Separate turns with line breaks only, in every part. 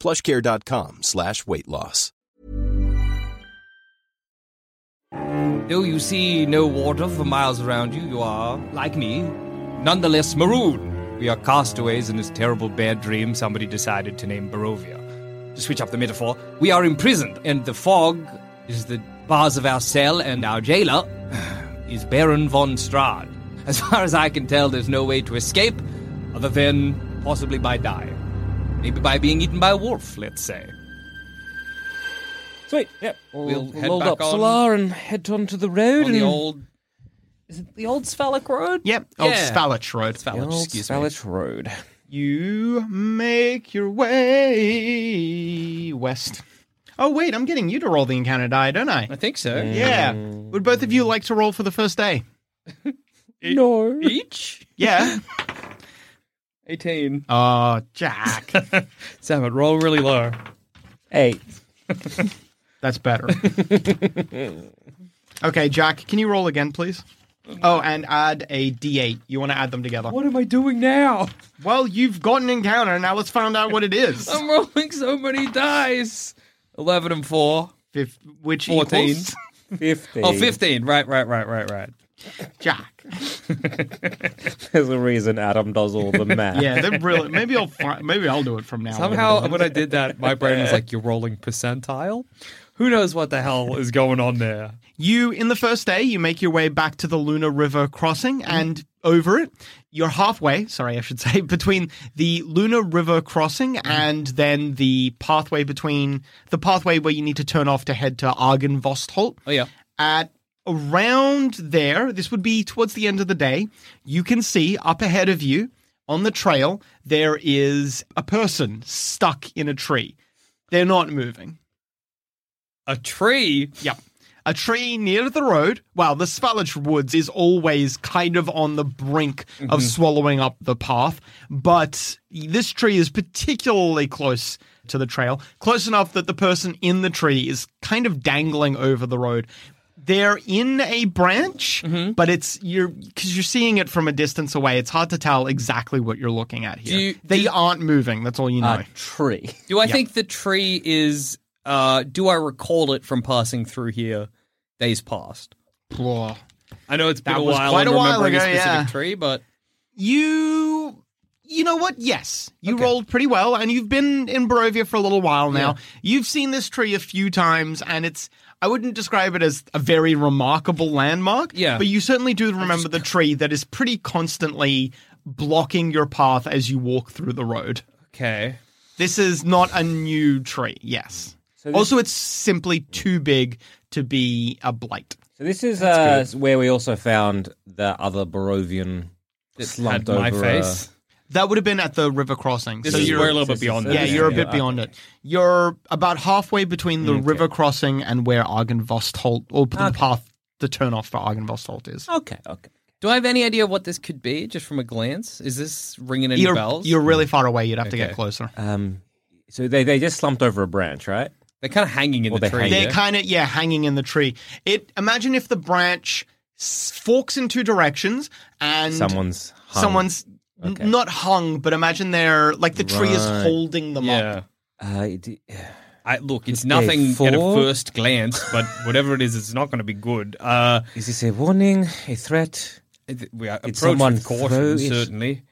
plushcare.com slash weight loss.
Though you see no water for miles around you, you are, like me, nonetheless marooned. We are castaways in this terrible bad dream somebody decided to name Barovia. To switch up the metaphor, we are imprisoned, and the fog is the bars of our cell, and our jailer is Baron von Strad. As far as I can tell, there's no way to escape other than possibly by dying. Maybe by being eaten by a wolf, let's say. Sweet, yeah. We'll, head
load
back
up
on-
Solar and head onto the road
on
and
the old
is it the old Svalach Road?
yep, Oh, old
Yeah.
Spallach Road.
The
Spallach,
old
excuse me.
Svalach Road.
You make your way west. Oh, wait, I'm getting you to roll the encounter die, don't I?
I think so.
Yeah. Would both of you like to roll for the first day?
E-
No.
Each?
Yeah.
18.
oh, Jack.
Seven. Roll really low.
Eight.
That's better. okay, Jack, can you roll again, please? Oh, and add a d8. You want to add them together.
What am I doing now?
Well, you've got an encounter. Now let's find out what it is.
I'm rolling so many dice. 11 and 4.
Fif- which
14.
equals
Fifteen.
Oh, 15. Right, right, right, right, right.
Jack.
There's a reason Adam does all the math.
Yeah, they're really. Maybe I'll. Fi- maybe I'll do it from now. on.
Somehow, when I did that, my brain was like, you're rolling percentile? Who knows what the hell is going on there?
You, in the first day, you make your way back to the Luna River crossing and over it. You're halfway, sorry, I should say, between the Luna River crossing and then the pathway between the pathway where you need to turn off to head to Argenvostholt.
Oh, yeah.
At around there, this would be towards the end of the day, you can see up ahead of you on the trail, there is a person stuck in a tree. They're not moving.
A tree?
Yep. A tree near the road. Well, the Spallage Woods is always kind of on the brink
Mm-hmm.
of swallowing up the path, but this tree is particularly close to the trail, close enough that the person in the tree is kind of dangling over the road. They're in a branch,
Mm-hmm.
but it's you're because you're seeing it from a distance away. It's hard to tell exactly what you're looking at here.
Do you-
they
do- Uh,
aren't moving. That's all you know.
A tree.
Do I think the tree is. Uh, do I recall it from passing through here days past?
Blah.
I know it's been
That
a
was
while.
quite
I'm
a while
remembering
ago,
a
yeah.
specific tree, but
You, you know what? Yes, you
Okay.
rolled pretty well, and you've been in Barovia for a little while now. You've seen this tree a few times, and it's. I wouldn't describe it as a very remarkable landmark.
Yeah.
but you certainly do remember the tree that is pretty constantly blocking your path as you walk through the road.
okay.
This is not a new tree. Yes. also, it's simply too big to be a blight.
So this is uh, where we also found the other Barovian
It
slumped
had my
over. uh,
face.
That would have been at the river crossing.
This
so
is
you're-
where a little bit beyond.
Yeah,
that.
you're a bit beyond it. You're about halfway between the
Okay.
river crossing and where Argenvostholt, or the path to turn off for Argenvostholt is.
Okay, okay.
Do I have any idea what this could be, just from a glance? Is this ringing any
You're,
bells?
you're really far away. You'd have to
Okay.
get closer.
Um, so they, they just slumped over a branch, right?
They're kind of hanging in
Or
the
they're
tree.
hanging.
They're kind of yeah, hanging in the tree. It imagine if the branch s- forks in two directions and
Someone's hung.
someone's n-
Okay.
not hung, but imagine they're like the tree is
Right.
holding them
yeah.
up.
Uh, d-
I, look, it's
Day
nothing at a
four?
first glance, but whatever it is, it's not going to be good. Uh,
is this a warning? A threat?
it- we are approach
Did someone
with
throw
caution,
it?
certainly.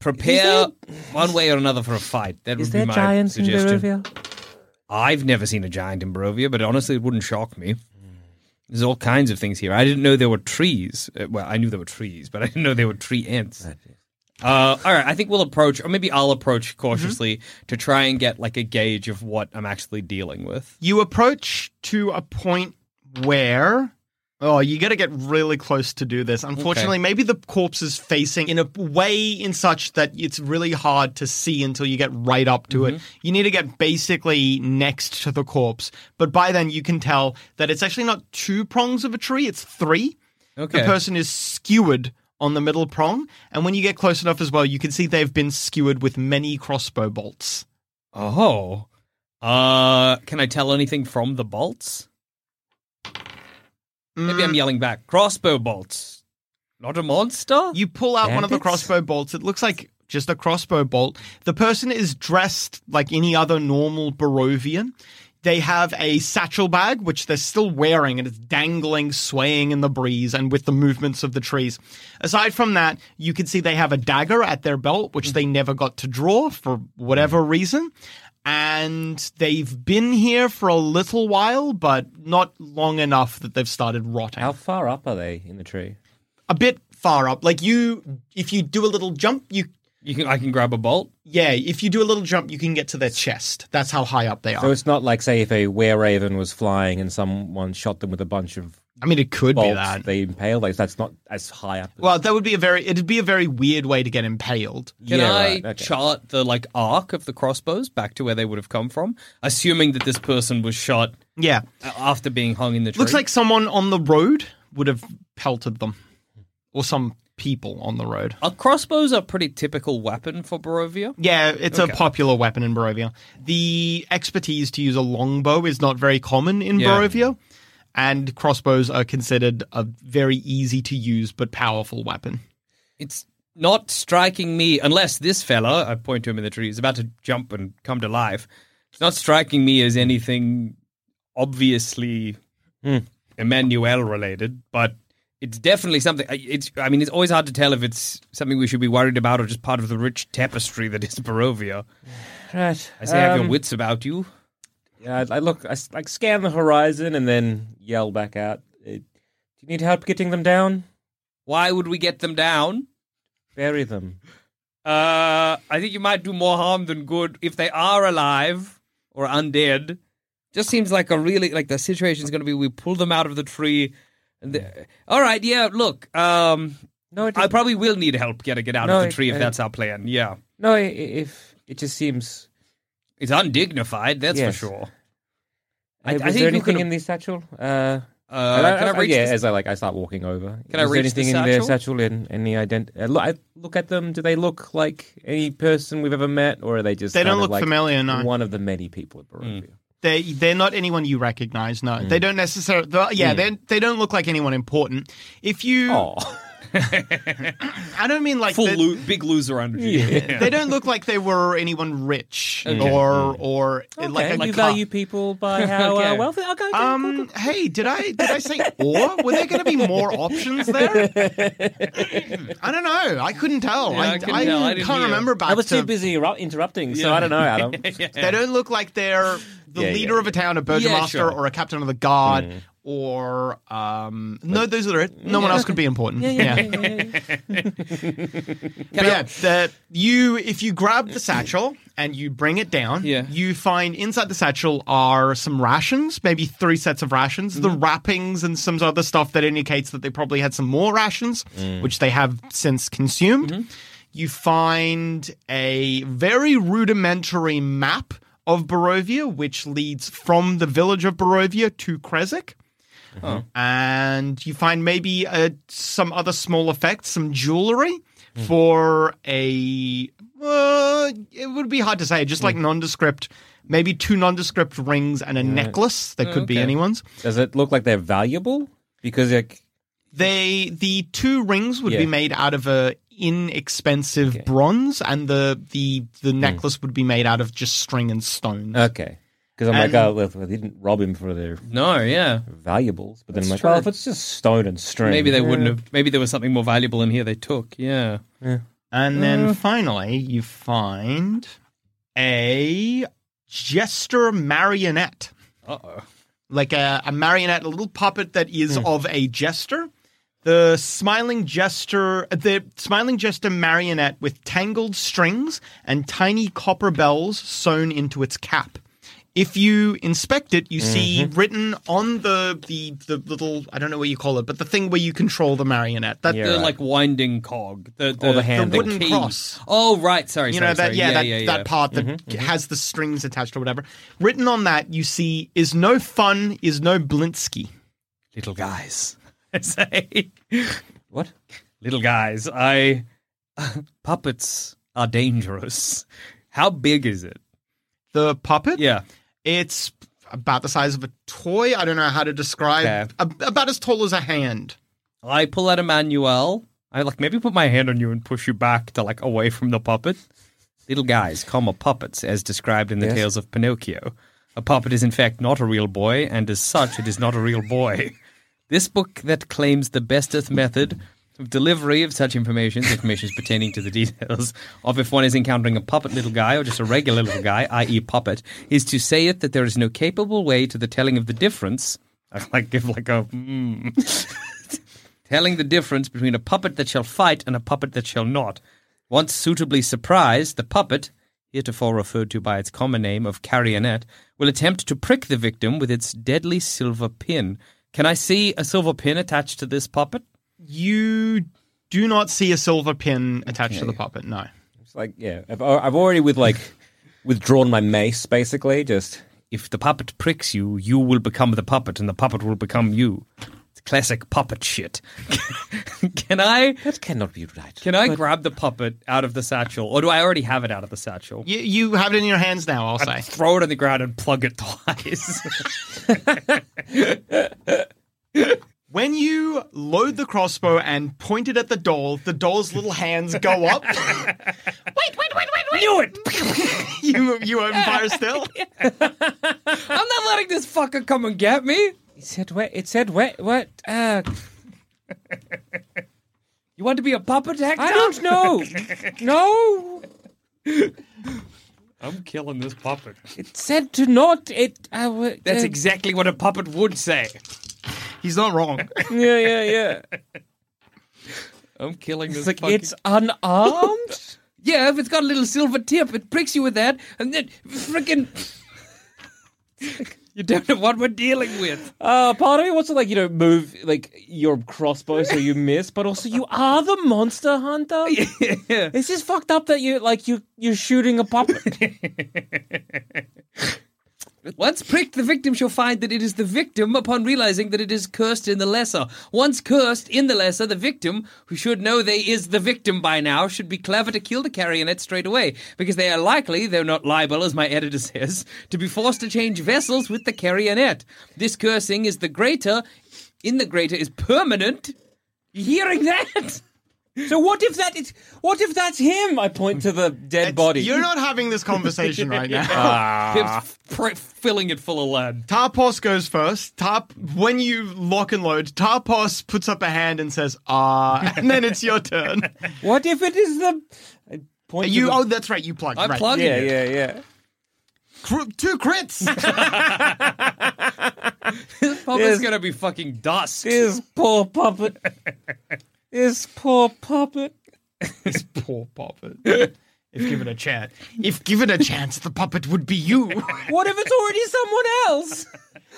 Prepare one way or another for a fight. That
Is
would be
there
my
giants in
suggestion.
Barovia?
I've never seen a giant in Barovia, but honestly, it wouldn't shock me. There's all kinds of things here. I didn't know there were trees. Uh, well, I knew there were trees, but I didn't know there were tree ants. Uh, all right, I think we'll approach, or maybe I'll approach cautiously
Mm-hmm.
to try and get like a gauge of what I'm actually dealing with.
You approach to a point where. Oh, you got to get really close to do this. Unfortunately, maybe the corpse is facing in a way in such that it's really hard to see until you get right up to it. You need to get basically next to the corpse. But by then, you can tell that it's actually not two prongs of a tree, it's three.
Okay.
The person is skewered on the middle prong. And when you get close enough as well, you can see they've been skewered with many crossbow bolts.
Oh. Uh, can I tell anything from the bolts? Maybe
Mm.
I'm yelling back. Crossbow bolts. Not a monster?
You pull out one of the
Bandits?
crossbow bolts. It looks like just a crossbow bolt. The person is dressed like any other normal Barovian. They have a satchel bag, which they're still wearing, and it's dangling, swaying in the breeze and with the movements of the trees. Aside from that, you can see they have a dagger at their belt, which they never got to draw for whatever reason. And they've been here for a little while, but not long enough that they've started rotting
How far up are they in the tree?
a bit far up. Like you, if you do a little jump, you
You can I can grab a bolt.
yeah, if you do a little jump, you can get to their chest. That's how high up they are.
So it's not like, say, if a were raven was flying and someone shot them with a bunch of
I mean, it could be
bolts,
that.
they impale. Like that's not as high up. as-
well, that would be a very it'd be a very weird way to get impaled.
Can
Yeah,
I
right, okay.
chart the like arc of the crossbows back to where they would have come from, assuming that this person was shot
Yeah,
a- after being hung in the tree?
looks like someone on the road would have pelted them, or some people on the road.
Are crossbows a pretty typical weapon for Barovia?
Yeah, it's a popular weapon in Barovia. The expertise to use a longbow is not very common in
Yeah.
Barovia, and crossbows are considered a very easy to use but powerful weapon.
It's not striking me unless this fella, I point to him in the tree, is about to jump and come to life. It's not striking me as anything obviously
Hmm.
Emmanuel related, but it's definitely something. I- It's I mean, it's always hard to tell if it's something we should be worried about or just part of the rich tapestry that is Barovia.
Right.
I say, have your
Um,
wits about you.
Yeah, I, I look, I s- like scan the horizon and then yell back out. eh, Do you need help getting them down?
Why would we get them down?
Bury them.
Uh, I think you might do more harm than good if they are alive or undead. Just seems like a really like the situation is going to be we pull them out of the tree. And the, all right, yeah. Look, um,
No, it
I probably will need help getting it out
No,
of the
it-
tree if
it-
that's our plan. Yeah,
no. i- i- If it just seems.
it's undignified, that's
Yes.
for sure. I-
I,
I
is
think
uh, there
you
anything
could've-
in the satchel? Uh,
Uh, can I
oh,
reach
yeah,
this-
as I like, I start walking over.
Can I
is
reach
there
the
anything in their satchel? And any ident? Uh, look, I look at them. Do they look like any person we've ever met, or are they just?
They don't
kind of
look
like
familiar, no.
One of the many people at Barovia.
Hmm.
They they're not anyone you recognize. No,
Mm.
they don't necessarily. Yeah, they they don't look like anyone important. If you,
Oh,
I don't mean like
Full
that-
lo- big loser energy.
they don't look like they were anyone rich
Mm.
or or like a
okay. you
like
value people by how
Okay.
uh, wealthy. Okay, okay, cool, cool.
Um. Hey, did I did I say or? Were there going to be more options there? I don't know. I couldn't tell. I,
I couldn't
I
tell. I didn't
can't
hear.
remember back
I was
to.
too busy ru- interrupting, so I don't know, Adam.
They don't look like they're the
Yeah, yeah, Mm.
leader of a town, a
Yeah,
burgomaster,
sure.
or a captain of the guard, or um. No, those are it. No one else could be important.
yeah,
Yeah.
yeah, yeah, yeah, yeah.
But yeah, the, you if you grab the satchel and you bring it down,
Yeah.
you find inside the satchel are some rations, maybe three sets of rations, the wrappings and some other stuff that indicates that they probably had some more rations, which they have since consumed. You find a very rudimentary map of Barovia, which leads from the village of Barovia to Kresik and you find maybe uh, some other small effects, some jewelry
Hmm.
for a. Uh, it would be hard to say, just
Hmm.
like nondescript, maybe two nondescript rings and a necklace that could be
okay.
anyone's.
Does it look like they're valuable? Because like,
They the two rings would
Yeah.
be made out of a inexpensive bronze, and the the the necklace would be made out of just string and stones.
Hmm. okay, because I'm
And-
like, oh, well, they didn't rob him for their
No, yeah.
valuables, but then I'm
That's
like,
true.
well, if it's just stone and string,
Maybe they
yeah.
wouldn't have. Maybe there was something more valuable in here. They took. Yeah.
And then finally, you find a jester marionette. Like a, a marionette, a little puppet that is of a jester. The smiling jester, the smiling jester marionette with tangled strings and tiny copper bells sewn into its cap. If you inspect it, you see written on the, the the little I don't know what you call it, but the thing where you control the marionette. That
The like winding cog, the, the,
the handle.
wooden
key.
cross.
Oh right, sorry,
you
sorry,
know that
sorry.
yeah, that,
yeah, yeah. Mm-hmm,
that part that has the strings attached or whatever written on that you see is no fun is no blinsky
Little guys, I say,
What?
little guys, I puppets are dangerous. How big is it?
the puppet
Yeah,
it's about the size of a toy i don't know how to describe
Okay.
Ab- about as tall as a hand
I pull out a manual. I like maybe put my hand on you and push you back to like away from the puppet. Little guys, comma puppets, as described in the
Yes.
tales of Pinocchio. A puppet is in fact not a real boy, and as such, it is not a real boy. This book that claims the bestest method of delivery of such information, the information is pertaining to the details of if one is encountering a puppet little guy or just a regular little guy, i.e., puppet, is to say it that there is no capable way to the telling of the difference. I like give like a mm, telling the difference between a puppet that shall fight and a puppet that shall not. Once suitably surprised, the puppet, heretofore referred to by its common name of carrionette, will attempt to prick the victim with its deadly silver pin. Can I see a silver pin attached to this puppet?
you do not see a silver pin attached to the puppet no
It's like yeah, I've,
uh,
I've already with like withdrawn my mace basically. Just
If the puppet pricks you, you will become the puppet, and the puppet will become you. It's classic puppet shit. Can I?
that cannot be right.
Can I grab the puppet out of the satchel, or do I already have it out of the satchel?
you, you have it in your hands now i'll say
Throw it on the ground and plug it twice.
When you load the crossbow and point it at the doll, the doll's little hands go up. wait, wait, wait, wait,
Knew it.
wait. You, you open fire still?
I'm not letting this fucker come and get me.
It said where? It said where? What? Uh,
You want to be a puppet actor?
I don't know. no,
I'm killing this puppet.
it said to not. It. I w-
That's
uh,
exactly what a puppet would say.
He's not wrong.
Yeah, yeah, yeah.
I'm killing this
It's like
fucking-
it's unarmed.
yeah, if it's got a little silver tip, it pricks you with that, and then freaking. you don't know what we're dealing with.
Uh, part of me wants to like you know move like your crossbow so you miss, but also you are the monster hunter.
yeah.
This is fucked up that you like you you're shooting a puppet.
Once pricked, the victim shall find that it is the victim upon realizing that it is cursed in the lesser. Once cursed in the lesser, the victim, who should know they is the victim by now, should be clever to kill the carrionet straight away, because they are likely, though not liable, as my editor says, to be forced to change vessels with the carrionet. This cursing is the greater, in the greater is permanent. You hearing that?
so what if that is? What if that's him? I point to the dead body.
You're not having this conversation right now.
Pip's pr- filling it full of lead.
Tarpos goes first. Tarp, when you lock and load, Tarpos puts up a hand and says, ah, and then it's your turn.
What if it is the? I point to
You,
the-
oh, that's right, you plugged.
I'm
right.
plugging
yeah,
it.
yeah, yeah.
Cr- two crits!
This puppet's
Yes.
gonna be fucking dust.
This poor puppet. this poor puppet.
Poor puppet. If given a chance. If given a chance, the puppet would be you.
What if it's already someone else?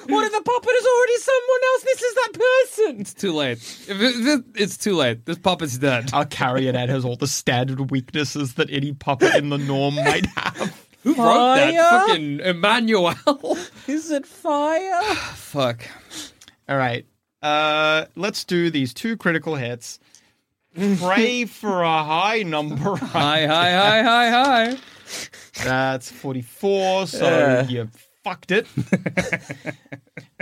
What if the puppet is already someone else? This is that person.
It's too late. If it- this- it's too late. This puppet's dead.
Our carrier ad has all the standard weaknesses that any puppet in the norm might have.
Who wrote that?
Fire?
Fucking Emmanuel.
Is it fire?
Fuck.
All right. Uh, let's do these two critical hits. Pray for a high number.
Hi, hi, hi, hi, hi.
That's 44, so you fucked it.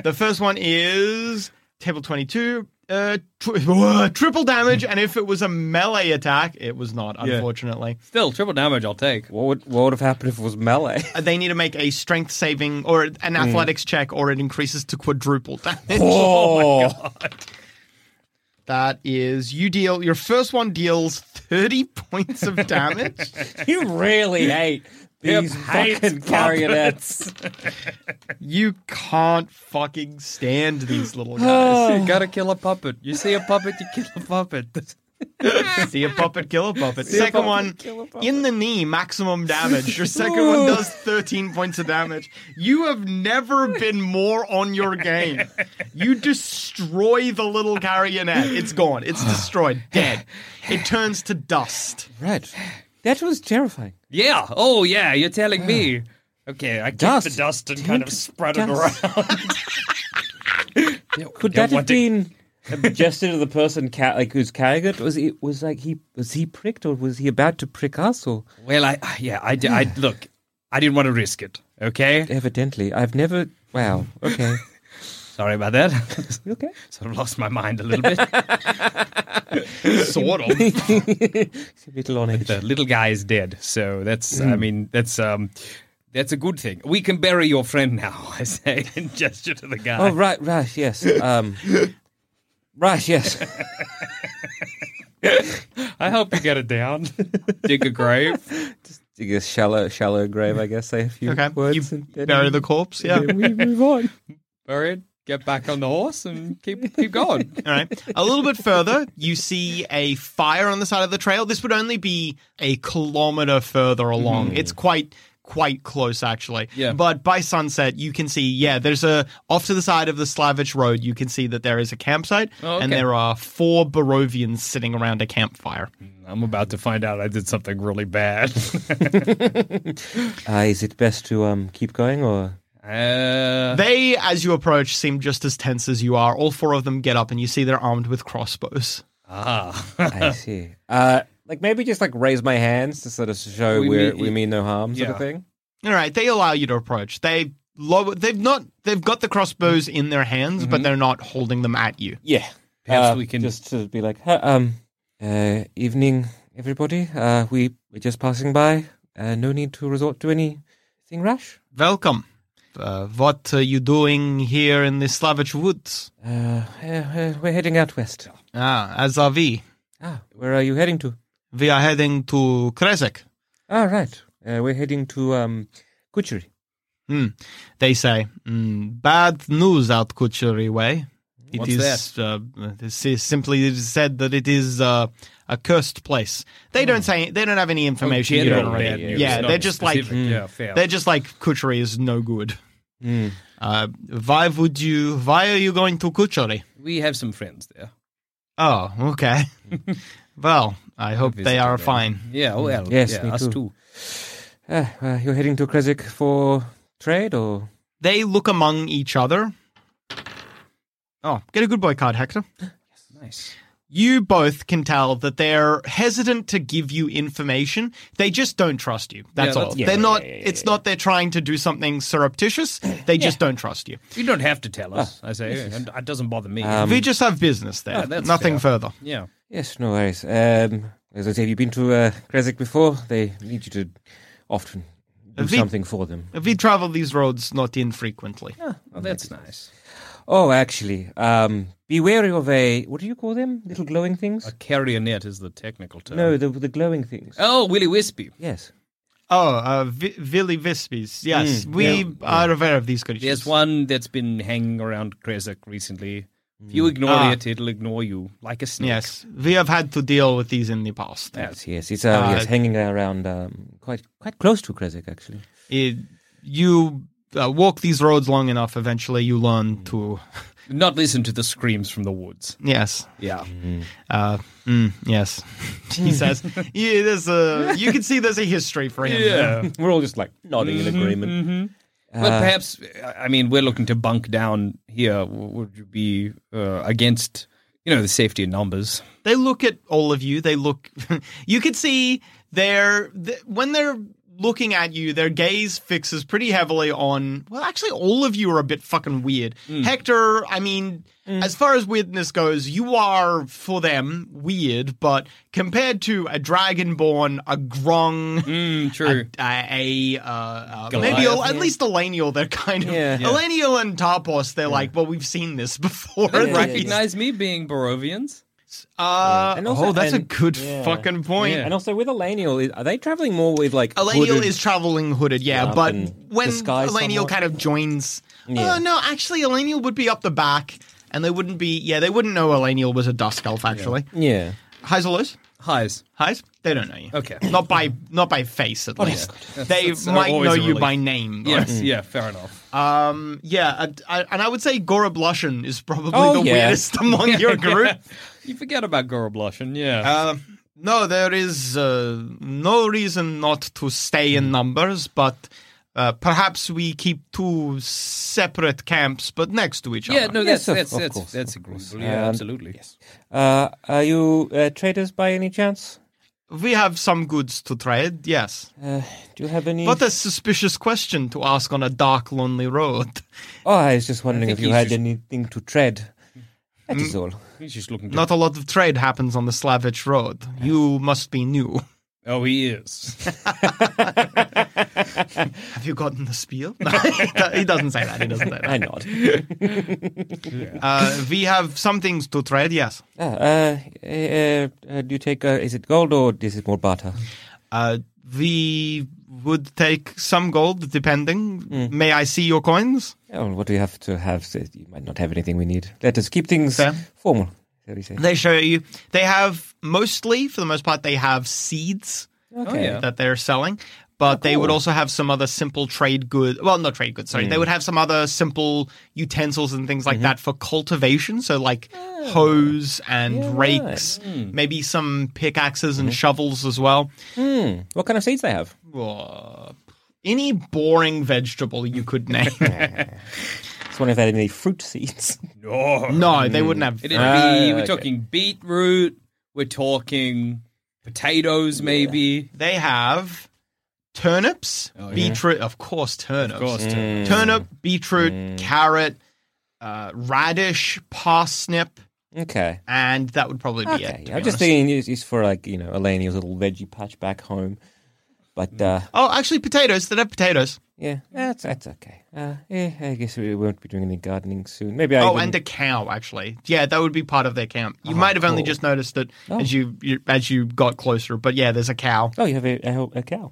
the first one is table 22. Uh, tri- triple damage, and if it was a melee attack, it was not, unfortunately.
Still, triple damage I'll take.
What would what would have happened if it was melee?
Uh, They need to make a strength saving or an athletics check, or it increases to quadruple damage.
Oh,
That is, you deal, your first one deals 30 points of damage.
you really hate These
Pip hates
fucking marionettes.
You can't fucking stand these little guys.
Oh.
you gotta kill a puppet. You see a puppet, you kill a puppet.
See a puppet, kill a puppet. second
puppet,
one,
kill a puppet.
in the knee, maximum damage. Your second one does 13 points of damage. You have never been more on your game. You destroy the little carrionet. It's gone. It's destroyed. Dead. It turns to dust.
Right. That was terrifying.
Yeah. Oh, yeah. You're telling me. Okay, I
Dust.
get the dust and kind of spread it
Dust.
around.
Could that have been adjusted to the person ca- like who's carrying it? Was it was like he was he pricked or was he about to prick us? Or
Well, I yeah, I, di- I look. I didn't want to risk it. Okay,
evidently, I've never. Wow. Okay.
sorry about that.
You okay.
sort of lost my mind a little bit.
Sort of.
He's a little on edge.
the little guy is dead, so that's.
Mm.
I mean, that's um, that's a good thing. We can bury your friend now. I say and gesture to the guy.
Oh right, right. Yes. Um. Right. Yes.
I hope you get it down. Dig a grave.
Dig a shallow, shallow grave. I guess. Say a few
Okay.
words.
You
and then
bury
we-
the corpse. Yeah.
then we move on.
bury it, get back on the horse, and keep keep going.
All right. A little bit further, you see a fire on the side of the trail. This would only be a kilometer further along. It's quite quite close actually.
Mm-hmm. Yeah.
But by sunset you can see yeah, there's a off to the side of the Slavich road, you can see that there is a campsite
Oh, okay.
and there are four Barovians sitting around a campfire.
I'm about to find out I did something really bad.
Uh, is it best to um keep going or?
uh,
They as you approach seem just as tense as you are. All four of them get up and you see they're armed with crossbows.
ah,
I see. Uh, like maybe just like raise my hands to sort of show
We
we we're,
mean-
we mean no harm, sort
Yeah.
of thing.
All right, they allow you to approach. They lower, they've not they've got the crossbows in their hands,
Mm-hmm.
but they're not holding them at you.
Yeah,
Perhaps we can-
Uh, just to be like, "Huh, um, uh, evening, everybody. Uh, we we're just passing by. Uh, no need to resort to anything rash.
Welcome. Uh, what are you doing here in the Slavich woods?
Uh, uh, uh, we're heading out west.
Ah, as are we.
Ah, where are you heading to?
We are heading to Kresek,
Ah, right. Uh, we're heading to um, Kuchuri.
they say. Mm, bad news out Kuchuri way. It
What's
is, Uh, this is simply said that it is uh, a cursed place. They don't say they don't have any information. you
Hmm. Oh, general
don't
bad
read.
news,
yeah,
not
they're just like mm.
specific. yeah, fair.
They're just like Kuchery is no good.
Hmm.
Uh, why would you? Why are you going to Kuchery?
we have some friends there.
Oh, okay. well, I hope they
visited
are
there.
fine.
Yeah, well,
Yes,
yeah,
me
us
too.
too.
Ah, uh, you're heading to Kresik for trade or?
They look among each other. Oh, get a good boy card, Hector.
Nice.
You both can tell that they're hesitant to give you information. They just don't trust you. That's
Yeah,
all.
that's-
they're not. it's not they're trying to do something surreptitious. They just don't trust you.
You don't have to tell us. I say and it doesn't bother me.
we just have business there.
Oh, Um, that's
Nothing
fair.
further.
yeah.
Yes, no worries. Um, as I say, have you been to uh, Kresik before? They need you to often do
Have you-
something for them.
We travel these roads not infrequently.
Oh, that's nice.
Oh, actually, um, be wary of a what do you call them? Little glowing things?
A carrionet is the technical term.
No, the the glowing things.
Oh, Willy Wispy.
Yes.
Oh, uh, vi- Vili Vispies. Yes,
Mm,
we
yeah,
are aware of these conditions.
There's one that's been hanging around Kresek recently. If you ignore
Ah.
it, it'll ignore you like a snake.
Yes, we have had to deal with these in the past.
Yes, yes, it's uh, yes, hanging around um, quite quite close to Kresik actually.
It, you uh, walk these roads long enough, eventually you learn to.
Not listen to the screams from the woods.
Yes,
Yeah.
uh, mm, yes. he says, yeah, there's a, you can see there's a history for him.
We're all just like nodding in agreement.
well, perhaps, I- I mean, we're looking to bunk down here. W- Would you be uh, against, you know, the safety in numbers?
They look at all of you. They look. you could see they're th- when they're looking at you. Their gaze fixes pretty heavily on. Well, actually, all of you are a bit fucking weird. Hector, I mean, as far as weirdness goes, you are for them weird, but compared to a dragonborn, a grung.
true.
A, a uh, uh, maybe
Hmm. Goliath,
a, at least Elenial, they're kind of
Yeah. Yeah.
Elenial and Tarpos. They're like, well, we've seen this before,
They
right?
recognize me being Barovians.
Uh,
And also-
oh, that's
and-
a good
yeah.
fucking point.
And also with Elanial, is- are they traveling more with like
Elanial
hooded-
is traveling hooded, yeah,
Yeah,
but
and
when
disguised
Elanial
somewhat.
kind of joins.
Yeah.
Oh, no, actually, Elanial would be up the back, and they wouldn't be. Yeah, they wouldn't know Elanial was a Dusk Elf, actually.
yeah.
Highs or lows?
Highs.
Highs? They don't know you.
Okay.
Not by not by face,
Oh,
at least. They
That's
might
always
know
a
you
relief.
by name. though.
Yes, yeah, fair enough.
Yeah, and- I, and I would say Gora Blushin is probably
Oh,
the
yeah.
weirdest among your group.
You forget about Gora Blushin, yeah.
Um, No, there is uh, no reason not to stay
Hmm.
in numbers, but uh, perhaps we keep two separate camps, but next to each
yeah,
other.
no,
Yes,
that's
of-
that's
of
that's,
course,
that's
of
agreeable.
course.
Yeah,
Um,
absolutely.
Uh, are you uh, traders by any chance?
We have some goods to trade, yes.
Uh, do you have any?
What a suspicious question to ask on a dark, lonely road.
oh, I was just wondering
I
if
think
you
he's
had
just-
anything to trade. That is all.
He's just looking.
Not a lot of trade happens on the Slavich road. You must be new.
oh, he is.
Have you gotten the spiel? No, he do- he doesn't say that. He doesn't say
I
that.
nod.
Uh, we have some things to trade, yes.
Ah, uh, uh, uh, do you take? Uh, is it gold or is it more barter?
Uh, we would take some gold, depending. May I see your coins?
Oh, what do you have to have? So You might not have anything we need. Let us keep things
Fair.
formal. shall we say.
They show you. They have mostly, for the most part, they have seeds
Oh yeah.
that they're selling, but they would also have some other simple trade good. Well, not trade goods. Sorry, they would have some other simple utensils and things like that for cultivation. So like hoes and rakes, maybe some pickaxes and shovels as well.
What kind of seeds they have?
Uh, Any boring vegetable you could name.
I was wondering if they had any fruit seeds.
Oh,
no, they wouldn't have.
It'd be,
Ah, yeah,
we're
okay.
talking beetroot, we're talking potatoes, maybe.
They have turnips, beetroot, Oh, of course, turnips.
course,
Mm.
Turnip, beetroot, carrot, uh, radish, parsnip,
okay.
and that would probably be
Okay.
it. to
I'm
be
just
honest.
thinking it's, it's for like you know Elenia's little veggie patch back home, but uh,
Oh, actually, potatoes. They have potatoes.
yeah, that's that's okay. Uh, yeah, I guess we won't be doing any gardening soon. Maybe I.
oh,
even-
and a cow, actually. Yeah, that would be part of their camp. You might have only
Oh, cool.
just noticed it as you, you as you got closer, but yeah, there's a cow.
oh, you have a, a, a cow.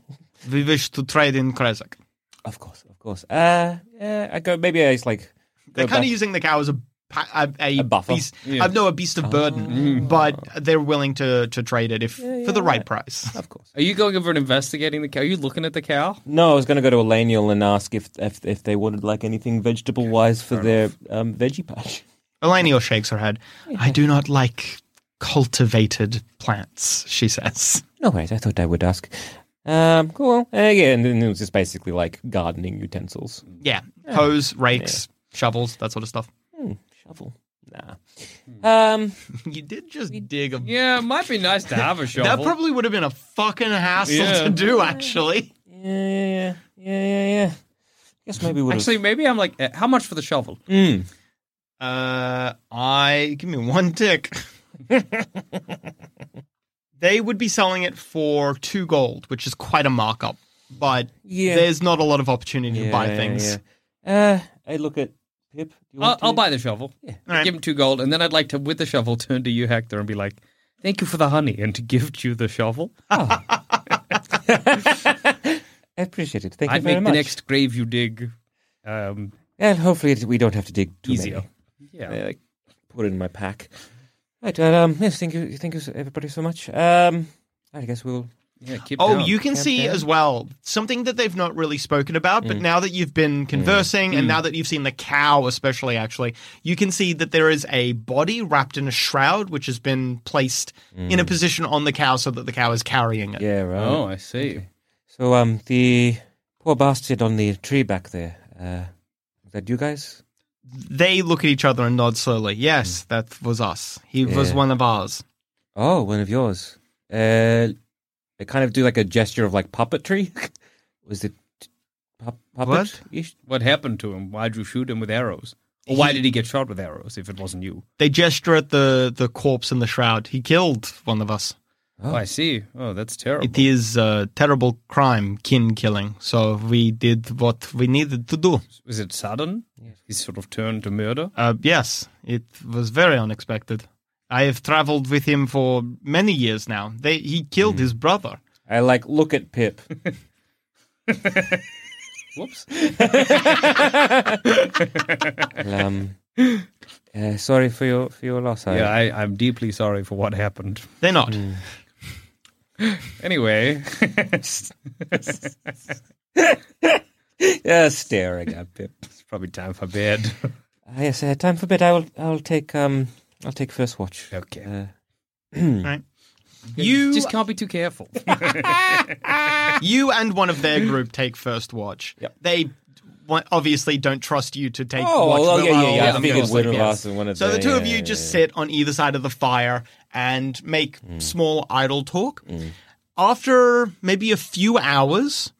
We wish to trade in Krezak.
Of course, of course. Uh, uh I go. Maybe I just like.
They're
go
kind
back-
of using the cow as a pa- a, a,
A buffer.
beast. I know a beast of burden, but they're willing to to trade it if for the right price.
Of course.
Are you going over and investigating the cow? Are you looking at the cow?
No, I was going to go to Elanial and ask if if, if they wanted like anything vegetable wise for their um, veggie patch.
Elenial shakes her head. I do not like cultivated plants, she says.
No worries. I thought I would ask. Um, cool. Uh, yeah, and then it was just basically like gardening utensils,
Yeah. Hoes, rakes, shovels, that sort of stuff.
shovel. Nah.
Hmm.
Um,
You did just dig a
Yeah, it might be nice to have a shovel.
That probably would have been a fucking hassle
Yeah.
to do, actually.
yeah, yeah, yeah, yeah, yeah, yeah. Guess maybe we'll
Actually, maybe I'm like, eh, how much for the shovel?
Mm.
Uh I give me one tick. they would be selling it for two gold, which is quite a markup. But
Yeah.
there's not a lot of opportunity to
yeah,
buy things.
yeah. Uh, I look at Pip. Do you
I'll,
want
I'll
to?
buy the shovel.
Alright.
Give him two gold, and then I'd like to, with the shovel, turn to you, Hector, and be like, "Thank you for the honey," and to give you the shovel.
I appreciate it. Thank you
I'd
very
make
much.
the next grave you dig um,
And hopefully it, we don't have to dig too
easier.
many.
Yeah.
I like, put it in my pack. Right, uh, um, yes, thank you, thank you, so- everybody, so much. Um, I guess we'll.
yeah keep
Oh,
down.
you can see
down.
as well something that they've not really spoken about,
Mm.
but now that you've been conversing and now that you've seen the cow, especially actually, you can see that there is a body wrapped in a shroud which has been placed in a position on the cow so that the cow is carrying it.
Mm. Yeah, right.
Oh, I see.
So, um, the poor bastard on the tree back there. Uh, was that you guys?
They look at each other and nod slowly. Yes,
Hmm.
that was us. He was
Yeah.
one of ours.
Oh, one of yours. Uh, they kind of do like a gesture of like puppetry. was it pu- puppet?
What happened to him? Why'd you shoot him with arrows? Or why did he get shot with arrows if it wasn't you?
They gesture at the, the corpse in the shroud. He killed one of us.
Oh, I see. Oh, that's terrible.
It is a terrible crime, kin killing. So we did what we needed to do.
Was it sudden? He sort of turned to murder.
Uh, yes, it was very unexpected. I have traveled with him for many years now. They, he killed
Hmm.
his brother.
I like look at Pip.
Whoops.
Well, um, uh, sorry for your for your loss. I,
Yeah, I, I'm deeply sorry for what happened.
They're not.
Hmm. Anyway, yeah, staring at Pip. It's probably time for bed.
Ah, yes, uh, time for bed. I will I'll take um I'll take first watch.
Okay.
Uh,
Right. You,
just can't be too careful.
you and one of their group take first watch.
Yep.
They wa- obviously don't trust you to take
Oh,
watch.
well,
We'll
yeah, yeah,
allow
yeah. I
them
figured
to
it
sleep,
would've
yes.
lasted one of
So the
the-
two of
uh,
yeah,
you
yeah,
just sit on either side of the fire and make small idle talk. After maybe a few hours,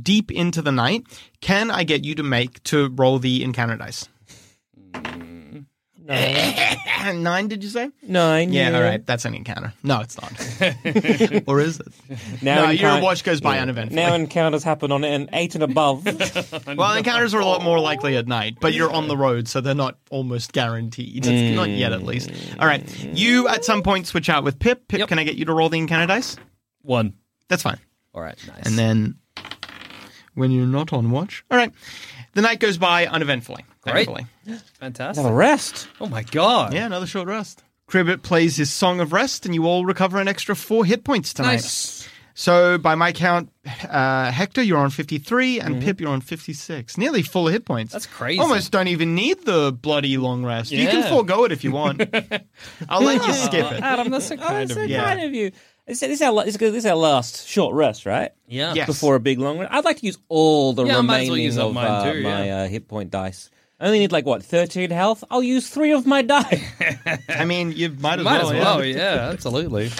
deep into the night, can I get you to make to roll the encounter dice? Nine. did you say?
Nine.
Yeah, all right. That's an encounter. No, it's not. or is it?
Now
no, your
encount-
watch goes by uneventfully.
Now encounters happen on an eight and above.
Well, encounters are a lot more likely at night, but you're on the road, so they're not almost guaranteed. Not yet, at least. All right. You at some point switch out with Pip. Pip,
Mm. Yep.
can I get you to roll the encounter dice?
One.
That's fine.
All right, nice.
And then when you're not on watch. All right. The night goes by uneventfully.
Great.
Thankfully.
fantastic.
Have a rest.
Oh my god.
Yeah, another short rest. Cribbit plays his Song of Rest, and you all recover an extra four hit points tonight.
Nice.
So, by my count, uh, Hector, you're on 53, and Pip, you're on 56. Nearly full hit points.
Mm-hmm. That's crazy.
Almost don't even need the bloody long rest. You can
Yeah.
forego it if you want. I'll let you skip it.
Adam, that's so kind
of
Oh, so
you.
kind of you. This this is, our, la- this is our last short rest, right?
Yeah.
Yes.
Before a big long rest. I'd like to use all the
Yeah, I might as
remaining
well use up
of
mine
uh,
too,
my
yeah.
uh, hit point dice. I only need like what thirteen health. I'll use three of my die.
I mean, you might as
Might
well.
as
yeah.
well, yeah, absolutely.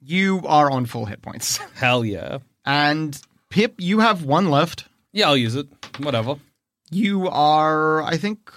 You are on full hit points.
Hell yeah.
And Pip, you have one left.
Yeah, I'll use it. Whatever.
You are, I think,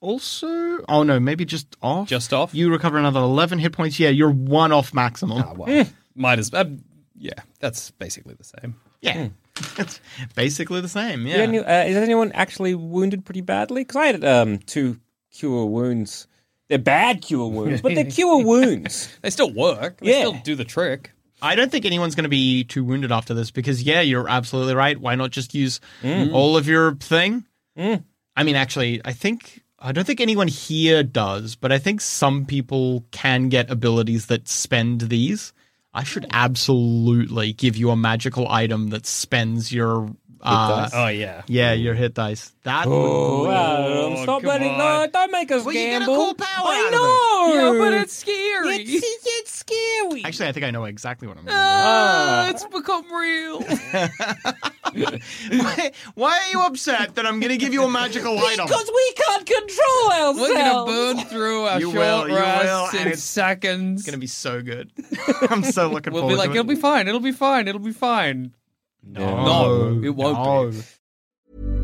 also. Oh, no, maybe just off.
Just off.
You recover another 11 hit points. Yeah, you're one off maximum.
Ah, well, might as well. Yeah, that's basically the same.
Yeah.
Hmm.
it's basically the same. Yeah.
Did any- uh, is anyone actually wounded pretty badly? Because I had um, two cure wounds. They're bad cure wounds, but they're cure wounds.
They still work. They
Yeah.
still do the trick.
I don't think anyone's going to be too wounded after this because, yeah, you're absolutely right. Why not just use all of your thing? I mean, actually, I think I don't think anyone here does, but I think some people can get abilities that spend these. I should absolutely give you a magical item that spends your. Uh,
oh yeah.
yeah, your hit dice. That would
Well, stop
Oh, come
letting.
on.
No, don't make us
Well, you get a
gamble.
cool power out of it.
I know.
Yeah, but it's scary.
It's, it's scary.
actually, I think I know exactly what I'm going
Uh,
Ah, it's become real.
to do. Why, why are you upset that I'm going to give you a magical item?
because we can't control ourselves.
We're gonna burn through our
You
short
will, you will,
rests
and
in
it's
seconds.
It's going to be so good. I'm so looking
we'll
forward
be like,
to
it'll be fine. It'll be fine. It'll be fine.
No,
No, it won't
no.
be.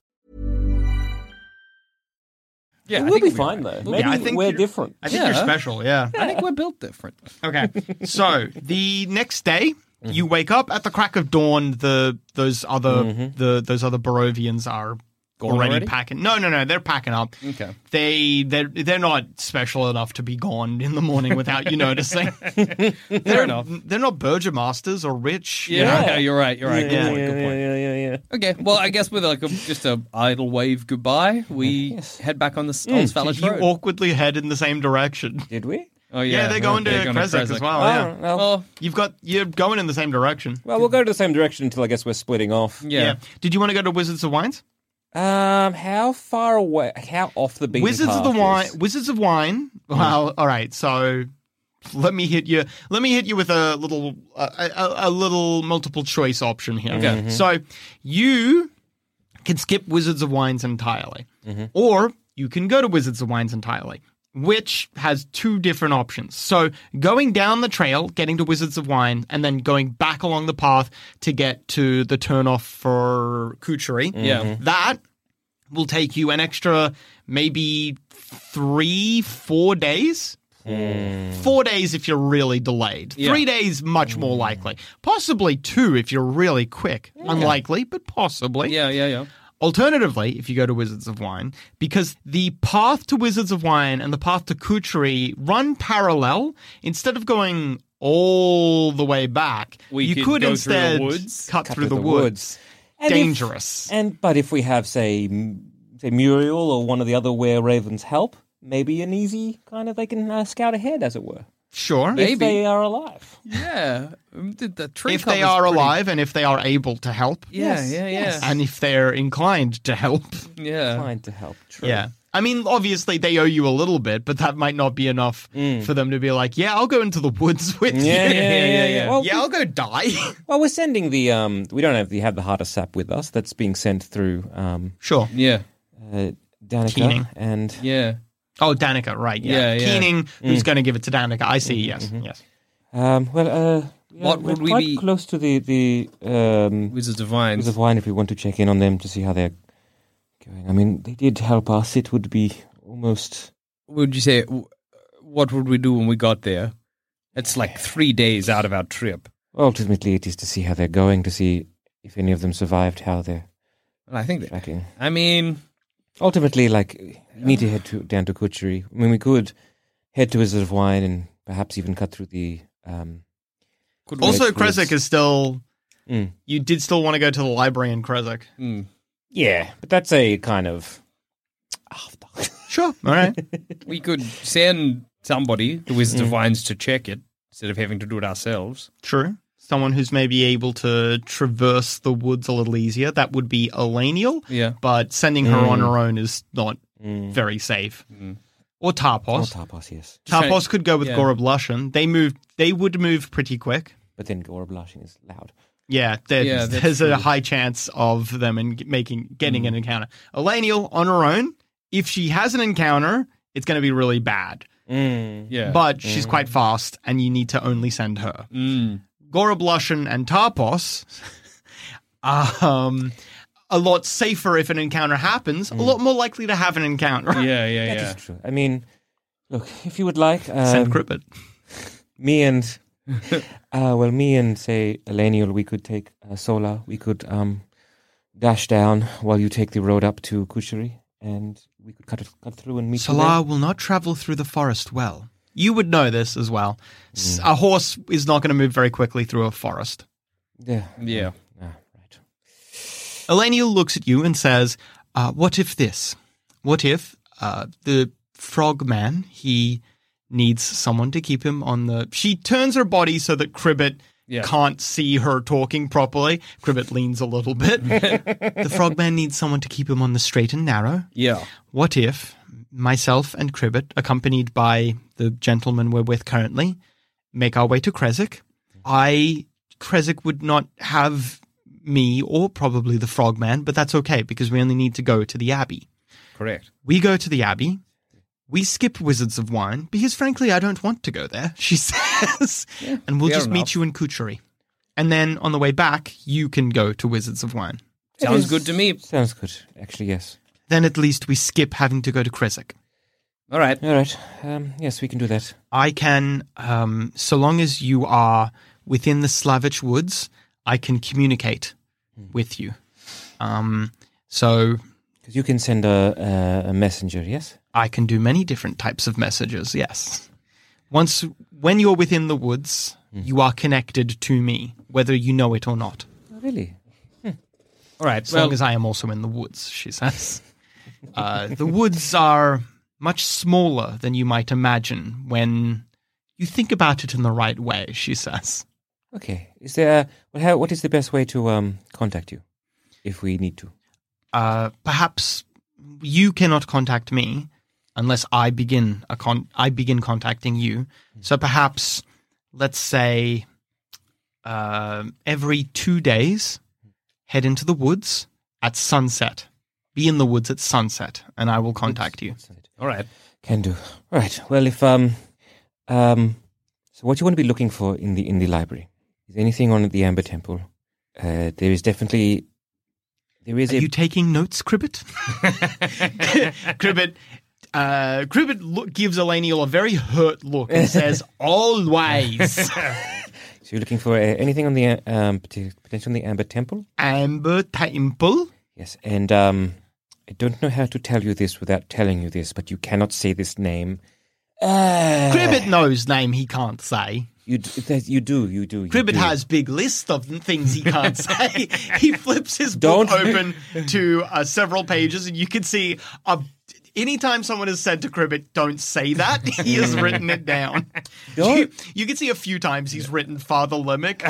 Yeah, I
we'll
think
be
we-
fine though.
we'll
Maybe
be
I think
we're
you're-
different.
I think you're
Yeah.
special, yeah.
I think we're built different.
Okay. So the next day,
Mm-hmm.
you wake up at the crack of dawn. The those other the those other Barovians are already,
Mm-hmm. already?
packing. No, no, no. They're packing up.
Okay.
They they're they're not special enough to be gone in the morning without you noticing.
Fair enough.
they're not burgomasters or rich. you
Yeah,
know?
yeah, you're right. You're right. Good
yeah,
point.
yeah,
Good point.
yeah, yeah, yeah.
Okay, well, I guess with like a, just a idle wave goodbye, we head back on the mm, Village
You
Road.
awkwardly head in the same direction.
Did we?
oh
Yeah, they're going to
to
Kresik as well.
Oh,
yeah.
well,
Well,
You've got you're going in the same direction.
well, we'll go to the same direction until I guess we're splitting off.
yeah.
Did you want to go to Wizards of Wines?
Um, how far away? How off the beaten
Wizards of
path
the Wine.
is-
Wizards of Wine. Well, all right. So let me hit you. Let me hit you with a little a, a, a little multiple choice option here.
Okay. Mhm.
So you can skip Wizards of Wines entirely,
Mm-hmm.
or you can go to Wizards of Wines entirely. Which has two different options. So going down the trail, getting to Wizards of Wine, and then going back along the path to get to the turnoff for Kuchery.
Yeah. Mhm.
That will take you an extra maybe three, four days. Four days if you're really delayed.
Hmm. Yeah. Hmm.
Three days, much more likely. Possibly two if you're really quick. Unlikely, but possibly.
yeah, yeah, yeah.
Alternatively, if you go to Wizards of Wine, because the path to Wizards of Wine and the path to Kuchery run parallel, instead of going all the way back,
We
you
could
could,
go through the
instead
woods.
cut, through, the, woods.
And if-
Dangerous.
and but if we have say M- say Muriel or one of the other were ravens help, maybe an easy kind of they can uh, scout ahead, as it were,
sure.
if
Maybe.
they are alive.
Yeah. Um, The, the tree
if they
cover's
are
pretty-
alive and if they are able to help.
Yeah, yeah, yeah.
And if they're inclined to help.
yeah.
Trying to help. True.
Yeah. I mean, obviously they owe you a little bit, but that might not be enough for them to be like, "Yeah, I'll go into the woods with
Yeah,
you."
yeah, yeah, yeah. yeah. Well,
yeah, I'll go die.
well, we're sending the um. We don't have the have the heart of sap with us. That's being sent through um
sure.
Yeah.
uh, Danica
Keening.
and
Yeah.
Oh, Danica, right? Yeah,
Yeah, yeah.
Keening, who's going to give it to Danica? I see. Yes, yes.
um. Well, uh, yeah,
What
we're
would we
quite
be-
close to the the um
Wizards of Vines.
Wizards of Wine if we want to check in on them to see how they're going. I mean, they did help us. It would be almost.
Would you say, w- what would we do when we got there? It's like three days out of our trip.
Ultimately, it is to see how they're going, to see if any of them survived, how they're
And I think that,
tracking.
I mean,
Ultimately, like, we need to head to, down to Kuchery. I mean, we could head to Wizard of Wine and perhaps even cut through the. Um,
could we-
Also,
Like woods.
Kresik is still.
Mm.
You did still want to go to the library in Kresik.
Mm.
yeah, but that's a kind of.
Sure. All right.
we could send somebody to
Mm.
Wizards of Vines to check it instead of having to do it ourselves.
True. Someone who's maybe able to traverse the woods a little easier. That would be Elenial.
Yeah.
But sending her on her own is not very safe. Mm. Or
Oh,
Tarpos.
Tarpas, yes.
Tarpos could go with
Mm. Yeah.
Gorob Lushan. They moved. They would move pretty quick.
But then Gora blushing is loud.
Yeah, there-
Yeah, that's
there's a high chance of them in making getting an encounter. Elenial on her own. If she has an encounter, it's going to be really bad.
Yeah.
But she's quite fast, and you need to only send her.
Mm.
Gora Blushin and Tarpos are um, a lot safer if an encounter happens. A lot more likely to have an encounter.
Yeah, yeah,
That
yeah.
is true. I mean, look, if you would like.
Send
Um,
Cribbit.
me and uh, well, me and say Elenial, we could take uh, Sola. We could um, dash down while you take the road up to Kushari, and we could cut cut through and meet. you
Salah
there.
will not travel through the forest well. You would know this as well. S A horse is not going to move very quickly through a forest.
Yeah,
Yeah.
Ah, right.
Eleniel looks at you and says, uh, What if this? What if uh, the frogman, he needs someone to keep him on the. She turns her body so that Cribbit
Yeah.
can't see her talking properly. Cribbit leans a little bit. the frogman needs someone to keep him on the straight and narrow.
Yeah.
What if myself and Cribbit, accompanied by the gentleman we're with currently, make our way to Kresik? I Kresik would not have me or probably the frogman, but that's okay because we only need to go to the Abbey.
Correct.
We go to the Abbey. We skip Wizards of Wine because, frankly, I don't want to go there, she says. and we'll
fair
just meet
enough.
you in Kuchery. And then on the way back, you can go to Wizards of Wine.
Sounds good to me.
Sounds good, actually. Yes.
Then at least we skip having to go to Kresik.
All right.
All right. Um, yes, we can do that.
I can, um, so long as you are within the Slavich woods, I can communicate with you. Um, so
Because you can send a, a, a messenger, yes?
I can do many different types of messages, yes. Once, when you're within the woods, you are connected to me, whether you know it or not.
Oh, really?
All right.
As long
Well,
as I am also in the woods, she says. uh, the woods are much smaller than you might imagine when you think about it in the right way, she says.
Okay. Is there, well, how, what is the best way to um, contact you if we need to?
Uh, perhaps you cannot contact me unless I begin a con- I begin contacting you. So perhaps, let's say, uh, every two days, head into the woods at sunset. Be in the woods at sunset, and I will contact you.
all right.
Can do. All right. Well, if um, um, so what you want to be looking for in the in the library is anything on the Amber Temple. Uh, there is definitely there is
Are
a
you taking notes, Cribbit? Cribbit, uh, Cribbit look, gives Elenial a very hurt look and says, "Always
so you're looking for uh, anything on the uh, um poti- potentially on the Amber Temple.
amber temple."
Yes, and um, I don't know how to tell you this without telling you this, but you cannot say this name. Uh,
Cribbit knows name he can't say.
You d- that- you do you do. you
Cribbit
do.
has big list of things he can't say. he flips his book
Don't-
open to uh, several pages, and you can see a. Anytime someone has said to Cribbit, "Don't say that," he has written it down. You,
Don't- Ah,
you can see a few times he's written "Father Limick."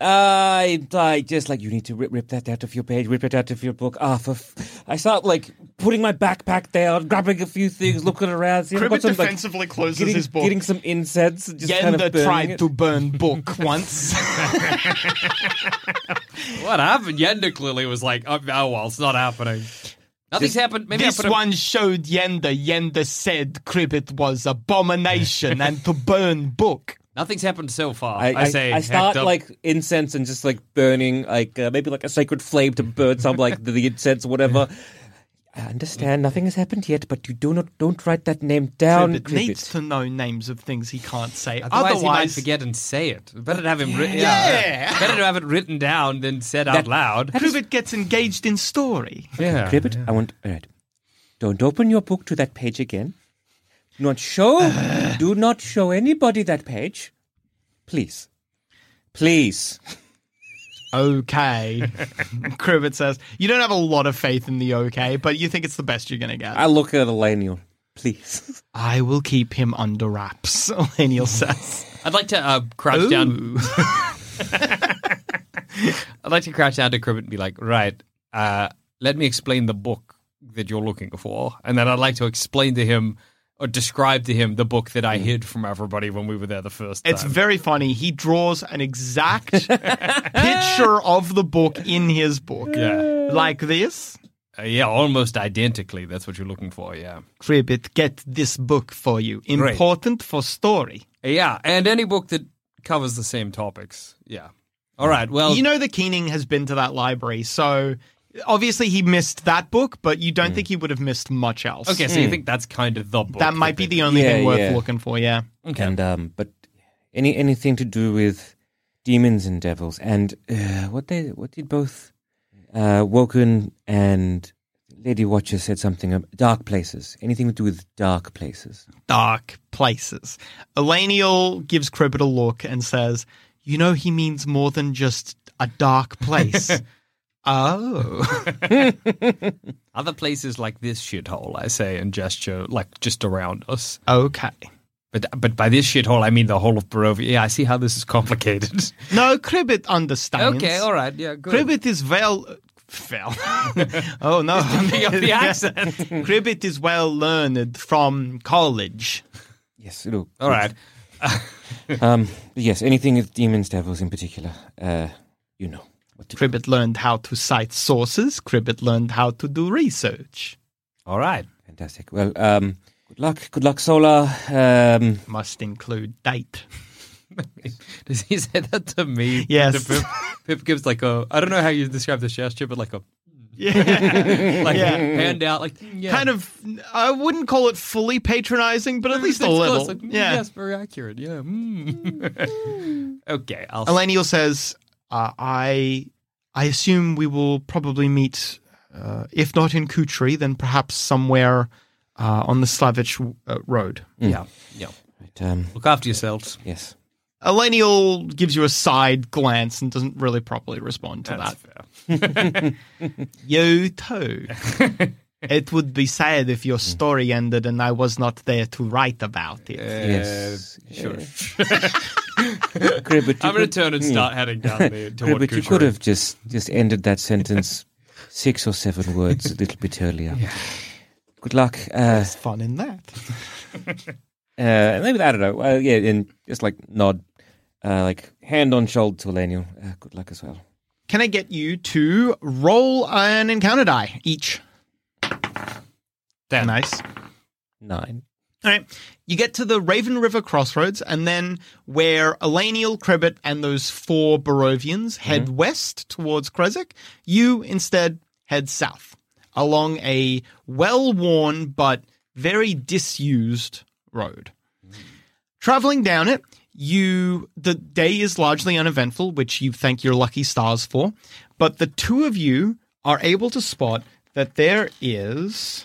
I, I just like you need to rip, rip that out of your page, rip it out of your book. Ah, for f- I start like putting my backpack down, grabbing a few things, looking around. See, if I've
Cribbit
got some, like,
defensively closes
getting,
his book.
getting some incense. and Just kind of
Yenda
burning
tried
it.
to burn book once.
What happened? Yenda clearly was like, oh, oh, well, it's not happening. Nothing's happened. Maybe I
this
put a-
one showed Yenda. Yenda said Cribbit was abomination and to burn book.
Nothing's happened so far.
I,
I, say,
I start
hacked up.
like incense and just like burning, like uh, maybe like a sacred flame to burn some like the, the incense, whatever. I understand nothing has happened yet, but you do not don't write that name down.
Cribbit
Cribbit.
needs to know names of things he can't say.
Otherwise,
Otherwise,
he might forget and say it. Better to have him. Written,
Yeah.
Better to have it written down than said out loud.
Cribbit gets engaged in story.
Ah, Yeah.
Cribbit, I want. All right. Don't open your book to that page again. Do not show. do not show anybody that page. Please. Please.
Okay. Cribbit says, You don't have a lot of faith in the okay, but you think it's the best you're going to get.
I look at Elenial. Please.
I will keep him under wraps, Elenial says.
I'd like to uh, crouch down. I'd like to crouch down to Cribbit and be like, right, uh, let me explain the book that you're looking for. And then I'd like to explain to him or describe to him the book that I hid from everybody when we were there the first time.
It's very funny. He draws an exact picture of the book in his book.
Yeah.
Like this.
Uh, yeah, almost identically. That's what you're looking for, yeah.
Cribbit, get this book for you.
Great.
Important for story.
Yeah, and any book that covers the same topics. Yeah. All right, well.
You know that Keening has been to that library, so obviously he missed that book, but you don't think he would have missed much else.
Hmm. Okay, so you think that's kind of the book.
hmm. That might be the only
Yeah,
thing worth
yeah.
looking for, yeah.
Okay.
And um, but any anything to do with demons and devils and uh, what they what did both uh, Woken and Lady Watcher said something about dark places. Anything to do with dark places.
Dark places. Elanial gives Cribbit a look and says, You know, he means more than just a dark place. oh.
Other places like this shithole, I say, and gesture like just around us.
Okay.
But but by this shithole, I mean the whole of Barovia. Yeah, I see how this is complicated.
No, Cribbit understands.
okay, all right, yeah, good.
Cribbit is well. Well. oh, no.
Picking up the accent.
Cribbit is well learned from college.
Yes. Look.
All right,
Um, but yes, anything with demons, devils in particular, uh, you know. What to
Cribbit learned how to cite sources. Cribbit learned how to do research.
all right.
Fantastic. Well, um, good luck. Good luck, Solar. Um,
Must include date.
Does he say that to me?
Yes.
To Pip, Pip gives like a I don't know how you describe this gesture, but like a like
Yeah.
hand out, like yeah.
Kind of, I wouldn't call it fully patronizing, but at least a
It's close,
little.
like, mm,
yeah.
Yes, very accurate. Yeah. mm. okay, I'll.
Eleniel says, uh, "I, I assume we will probably meet, uh, if not in Kutri, then perhaps somewhere uh, on the Slavich uh, road."
yeah, yeah.
Right, um,
Look after yourselves.
yes.
Eleniel gives you a side glance and doesn't really properly respond to
Uh,
that. You too. it would be sad if your story ended and I was not there to write about it.
Yes.
Uh, Sure.
Cribbit, you
I'm going
could-
to turn and
Hmm.
start heading down the
Cribbit,
toward
you could have just, just ended that sentence six or seven words a little bit earlier. Good luck. Uh,
There's fun in that.
uh, maybe I don't know. Uh, yeah, and just like nod, uh, like hand on shoulder to Eleniel. Uh, good luck as well.
Can I get you to roll an encounter die each?
Damn.
Nice.
Nine.
All right. You get to the Raven River crossroads, and then where Elaniel, Krebit, and those four Barovians head west towards Kresik, you instead head south along a well worn but very disused road. Traveling down it, you the day is largely uneventful, which you thank your lucky stars for, but the two of you are able to spot that there is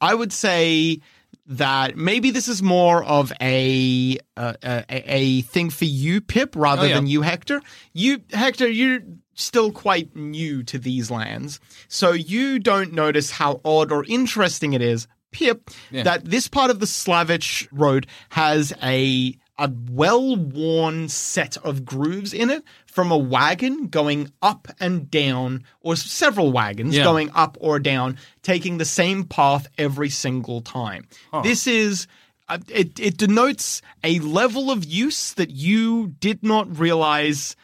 I would say that maybe this is more of a uh, a, a thing for you, Pip, rather
Oh, yeah.
than you, Hector. You, Hector, you're still quite new to these lands, so you don't notice how odd or interesting it is, Pip, that this part of the Slavich road has a a well-worn set of grooves in it from a wagon going up and down or several wagons
Yeah.
going going up or down, taking the same path every single time. This is. uh, It, it denotes a level of use that you did not realize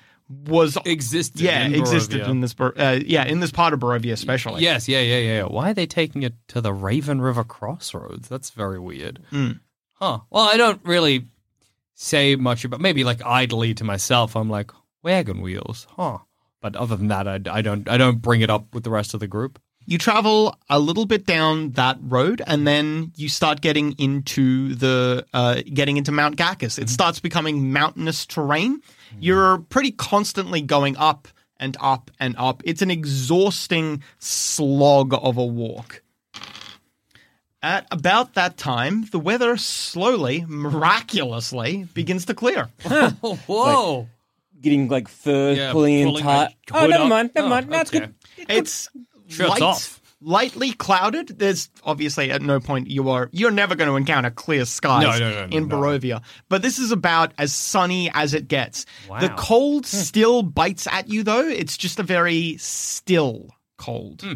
was
Existed.
yeah
in
existed
Barovia.
in this Bar- uh, yeah in this part of Barovia especially
Yes, yeah, yeah, yeah. yeah. Why are they taking it to the Raven River crossroads? That's very weird.
Hmm.
Huh. Well, I don't really say much about. Maybe like idly to myself, I'm like wagon wheels, huh? But other than that, I, I don't. I don't bring it up with the rest of the group.
you travel a little bit down that road and then you start getting into the uh, getting into Mount Gacchus. It starts becoming mountainous terrain. You're pretty constantly going up and up and up. It's an exhausting slog of a walk. At about that time, the weather slowly, miraculously, begins to clear.
Oh, whoa!
Getting like fur
Yeah,
pulling,
pulling
in tight.
my
Oh,
hood
never
up.
mind. Never
Oh,
mind. That's
okay.
good.
It's
Shirts
light,
off.
lightly clouded. There's obviously at no point you are you're never going to encounter clear skies
No, no, no, no,
in
no.
Barovia, but this is about as sunny as it gets.
Wow. Hmm.
The cold still bites at you though. It's just a very still cold.
Hmm.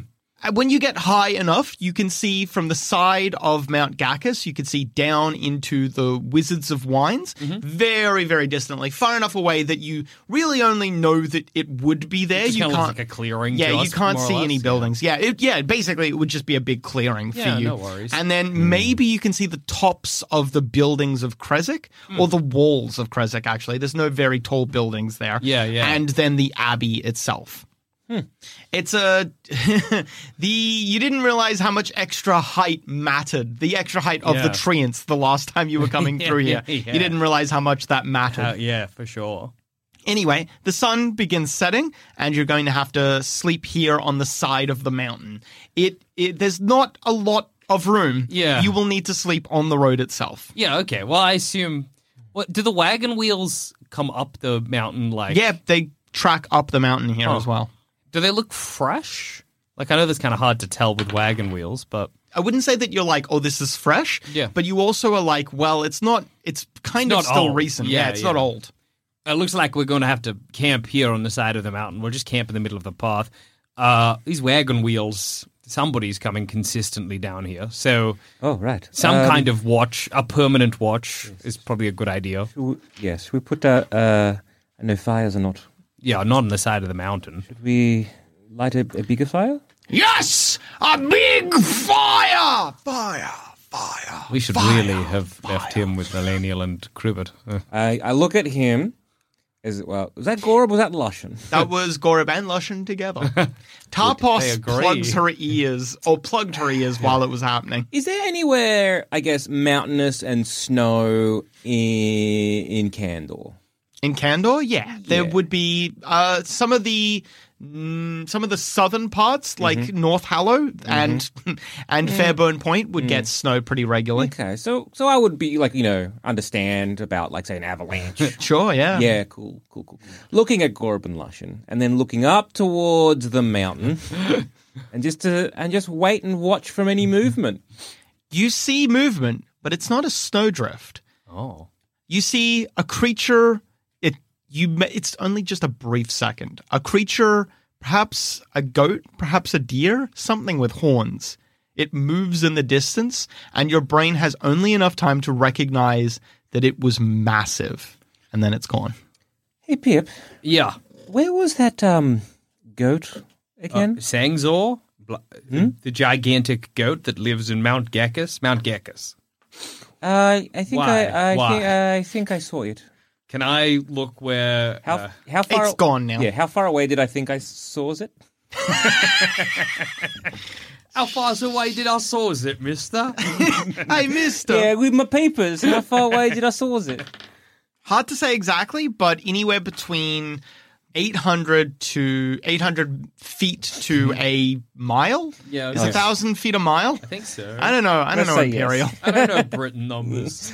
And When you get high enough, you can see from the side of Mount Gacchus, you can see down into the Wizards of Wines
Mm-hmm.
very, very distantly, far enough away that you really only know that it would be there.
Just
you
kinda
can't
looks like a clearing
Yeah,
to
you
us,
can't
more or
see
less,
any
yeah.
buildings. Yeah, it, yeah. Basically, it would just be a big clearing for
Yeah,
you.
no worries.
And then
Hmm.
maybe you can see the tops of the buildings of Kresik
Hmm.
or the walls of Kresik. Actually, there's no very tall buildings there.
Yeah, yeah. Hmm.
And then the abbey itself. It's a the you didn't realize how much extra height mattered. The extra height of the
Yeah.
treants the last time you were coming through here.
Yeah.
You didn't realize how much that mattered.
Uh, yeah, for sure.
Anyway, the sun begins setting, and you're going to have to sleep here on the side of the mountain. It, it there's not a lot of room.
Yeah.
you will need to sleep on the road itself.
Yeah. Okay. Well, I assume. What do the wagon wheels come up the mountain like?
Yeah, they track up the mountain here
Huh.
as well.
Do they look fresh? Like I know that's kind of hard to tell with wagon wheels, but
I wouldn't say that you're like, oh, this is fresh.
Yeah.
but you also are like, well, it's not. It's kind
It's
of
not
still
old.
recent.
Yeah,
it's
yeah.
not old.
it looks like we're going to have to camp here on the side of the mountain. We'll just camp in the middle of the path. Uh, these wagon wheels, somebody's coming consistently down here. So
Oh, right.
some
Um,
kind of watch, a permanent watch, is probably a good idea.
w- Yes, we put a. Uh, I know fires are not.
Yeah, not on the side of the mountain.
Should we light a, a bigger fire?
Yes, a big fire, fire, fire.
We should really have left him with Millennial and Cribbit. Uh,
I, I look at him as well. Was that Gorb? Was that Lushan?
That was Gorib and Lushan together. Tarpos
agree.
plugs her ears, or plugged her ears while it was happening.
Is there anywhere, I guess, mountainous and snow in, in Candor?
In Candor, yeah, there
Yeah.
would be uh, some of the mm, some of the southern parts, like North Hallow and and Fairburn Point, would get snow pretty regularly.
Okay, so so I would be like you know understand about like say an avalanche.
Sure, yeah,
yeah, cool, cool, cool. Looking at Gorb and Lushan, and then looking up towards the mountain, and just to and just wait and watch from any movement.
You see movement, but it's not a snowdrift.
Oh.
you see a creature it you ma- it's only just a brief second a creature perhaps a goat perhaps a deer something with horns it moves in the distance and your brain has only enough time to recognize that it was massive and then it's gone
Hey Pip,
Yeah.
where was that um goat
Oh,
again?
Uh, Sangzor, bl- the gigantic goat that lives in Mount Gekas. Mount Gekas.
Uh, I think
why?
I I,
Why?
think I think I saw it.
Can I look where.
How
uh,
how far?
it's gone now.
Yeah, how far away did I think I saw it?
how far away did I saw is it, mister?
hey mister
Yeah, with my papers. How far away did I saw it?
hard to say exactly but anywhere between 800 to 800 feet to a mile
Yeah,
is
okay.
a thousand feet a mile
I think so.
i don't know i don't
Let's
know
say yes.
imperial
I don't know Britain numbers.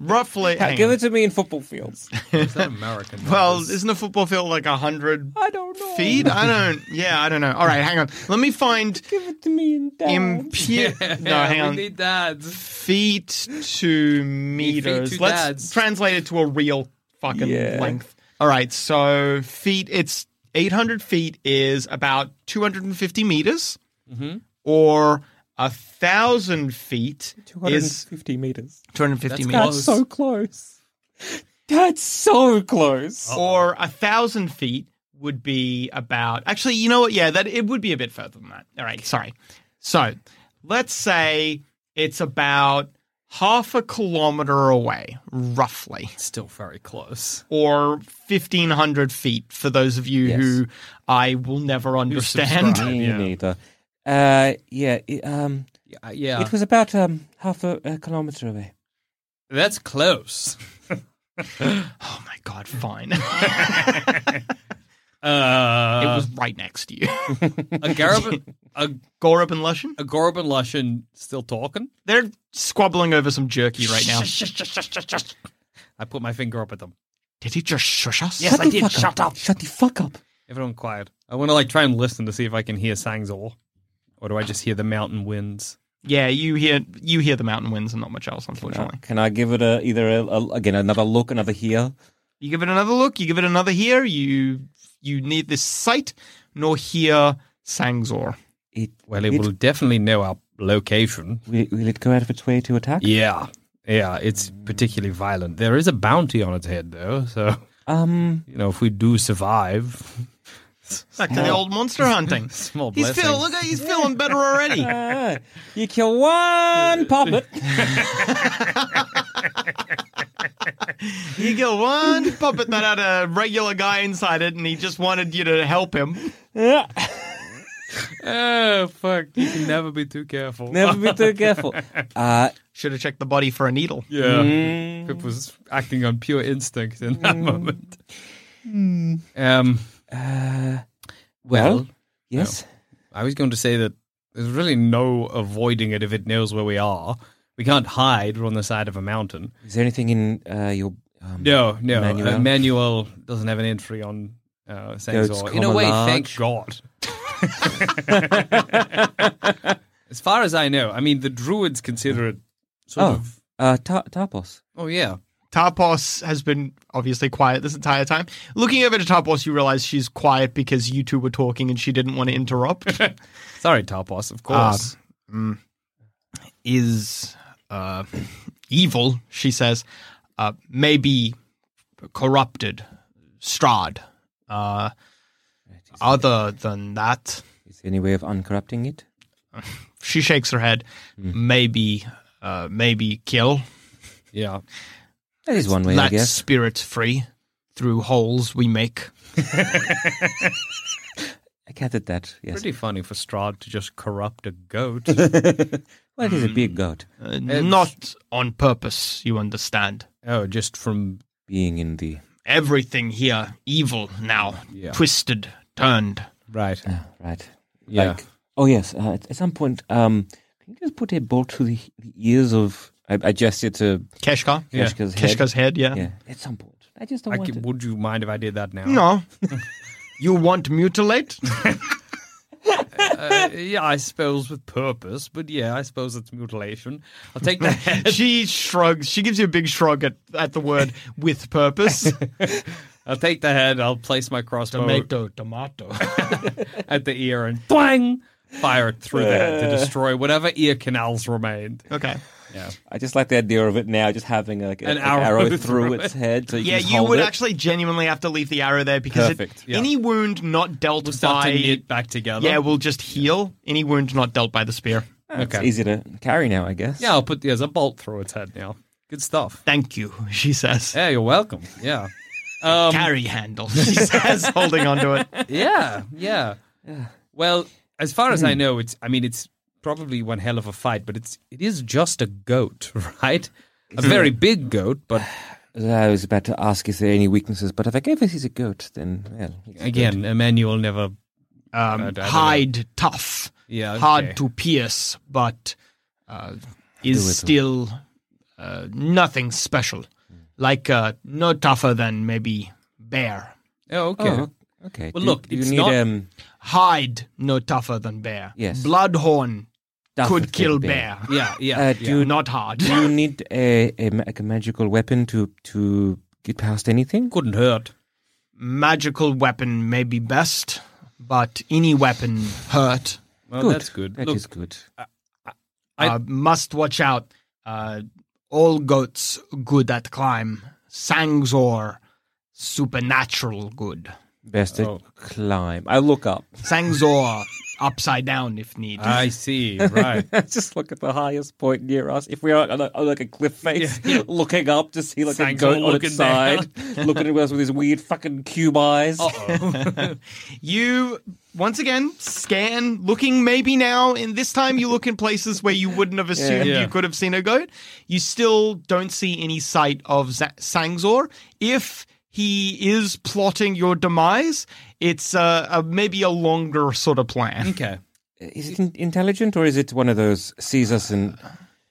roughly hang
Give
on.
it to me in football fields.
Is that American?
Well,
numbers?
isn't a football field like a hundred
I don't know.
feet? I don't. Yeah, I don't know. All right, hang on. Let me find
Give it to me in down.
impure. no,
Yeah,
hang
we
on.
need that.
Feet to meters.
to
Let's
dads.
translate it to a real fucking
Yeah.
length. All right, so feet. It's eight hundred feet is about two hundred and fifty meters, or a thousand feet is
250 meters.
two hundred fifty
That's
meters.
close.
That's so close. That's so close.
Oh,
or a thousand feet would be about actually you know what yeah that it would be a bit further than that all right sorry so let's say it's about half a kilometer away roughly
Still very close.
or 1500 feet for those of you who i will never understand
Me neither. Uh, yeah, it, um,
Yeah, Uh, yeah.
it was about um, half a, a kilometer away.
that's close.
oh my god fine
Uh,
it was right next to you
a Garab, a,
gorub and lushan
a Gorb and Lushan still talking.
they're squabbling over some jerky right now
I put my finger up at them.
did he just shush us
Shut the fuck up. Shut the fuck up.
Everyone quiet. I want to like try and listen to see if I can hear Sangzor, or do I just hear the mountain winds?
yeah you hear you hear the mountain winds and not much else
Oh.
unfortunately
Uh, Can I give it a either a, a- again another look, another hear?
You give it another look. You give it another hear. You you neither sight nor hear Sangzor.
It
Well, it, will definitely know our location.
will, it- will it go out of its way to attack?
Yeah, yeah. It's particularly violent. There is a bounty on its head, though. So
Um,
you know, if we do survive,
Back to the old monster hunting.
small
He's
blessing.
feel, look, at- he's feeling better already.
ah, you kill one puppet.
You kill one puppet that had a regular guy inside it, and he just wanted you to help him.
Yeah.
Oh fuck! You can never be too careful.
Never be too careful. Uh,
Should have checked the body for a needle.
Yeah,
Mm.
Pip was acting on pure instinct in that moment. Um,
well, yes.
I was going to say that there's really no avoiding it if it knows where we are. We can't hide. We're on the side of a mountain.
Is there anything in uh, your um,
No, no. Manuel,
Manuel?
uh, Manuel doesn't have an entry on uh,
Goats,
Sangzor. In a
comma,
way,
large.
thank God. as far as I know, I mean, the druids consider it sort
Oh,
of.
uh, ta- tapos.
Oh yeah.
Tarpos has been obviously quiet this entire time. Looking over to Tarpos, you realize she's quiet because you two were talking and she didn't want to interrupt.
Sorry, Tarpos. Of course.
Ah.
is uh, evil, she says, uh, may be corrupted, strad. Uh, other than that,
Is there any way of uncorrupting it?
she shakes her head.
Hmm.
Maybe, uh, maybe kill.
yeah.
That is one way, I
Let
guess.
spirit free. through holes we make.
I gathered that, yes.
Pretty funny for Strahd to just corrupt a goat.
Well, it is a
hmm.
big goat
Uh, not on purpose, you understand.
oh, just from
being in the.
Everything here evil now,
Yeah.
twisted, turned.
right.
Uh, right.
Yeah.
Like, oh, yes. Uh, at, at some point, um, can you just put a bolt to the, the ears of. I, I gestured to
Keshka?
Yeah.
Keshka's head.
Keshka's head, yeah.
Yeah, at some point. I just don't
Uh-huh. I
want
ca-
it.
would you mind if I did that now?
No. you want to mutilate?
Uh, yeah, I suppose with purpose, but yeah, I suppose it's mutilation. I'll take the head.
she shrugs. She gives you a big shrug at, at the word with purpose.
I'll take the head. I'll place my crossbow
tomato.
at the ear and twang, fire it through that to destroy whatever ear canals remained.
okay.
I just like the idea of it now, just having like a,
An
an,
arrow
arrow through,
through
its head. So you
Yeah,
can just
you
hold
would
it.
actually genuinely have to leave the arrow there because it,
Perfect,
yeah.
any wound not dealt
We'll start to
by
knit back together.
yeah will just heal. Any wound not dealt by the spear.
okay.
It's easy to carry now, I guess.
Yeah, I'll put there's a bolt through its head now. Good stuff.
Thank you, she says.
Yeah, you're welcome. Yeah. Um,
Carry handle, she says, holding onto it.
yeah, yeah. Well, as far as I
Hmm.
know, it's. I mean, it's probably one hell of a fight, but it's. It is just a goat, right? A
Hmm.
very big goat, but
I was about to ask if there are any weaknesses, but if I guess he's a goat, then well, he's a
again, Emmanuel never.
Um,
I don't know.
hide, tough,
Uh, Yeah, okay.
hard to pierce, but uh, is still uh, nothing special. Like uh, no tougher than maybe bear.
Oh, okay.
goat. Oh, okay.
Well,
Do-
look,
do you
it's
need
not-
um,
Hide, no tougher than bear.
Yes.
Bloodhorn
Tougher
could
than
kill
bear.
bear.
Yeah, yeah.
Uh, do
yeah.
you-
Not hard.
do you need a, a ma- like a magical weapon to to get past anything?
Couldn't hurt.
Magical weapon may be best, but any weapon hurt.
Well,
Good.
Oh, that's good.
That
Look,
is good.
I-
uh, must watch out. Uh, all goats good at climb. Sangzor, supernatural good.
Best to
Oh.
climb. I look up.
Sangzor, upside down if need.
I see. Right.
just look at the highest point near us. If we are on, a, on like a cliff face, looking up to see like
Sang's
a goat
all
on its
looking down.
side, looking at us with his weird fucking cube eyes.
you once again scan, looking maybe now, and this time you look in places where you wouldn't have assumed
Yeah.
you could have seen a goat. You still don't see any sight of Z- Sangzor. If he is plotting your demise, it's uh, a, maybe a longer sort of plan.
okay.
Uh, Is it in- intelligent or is it one of those sees us and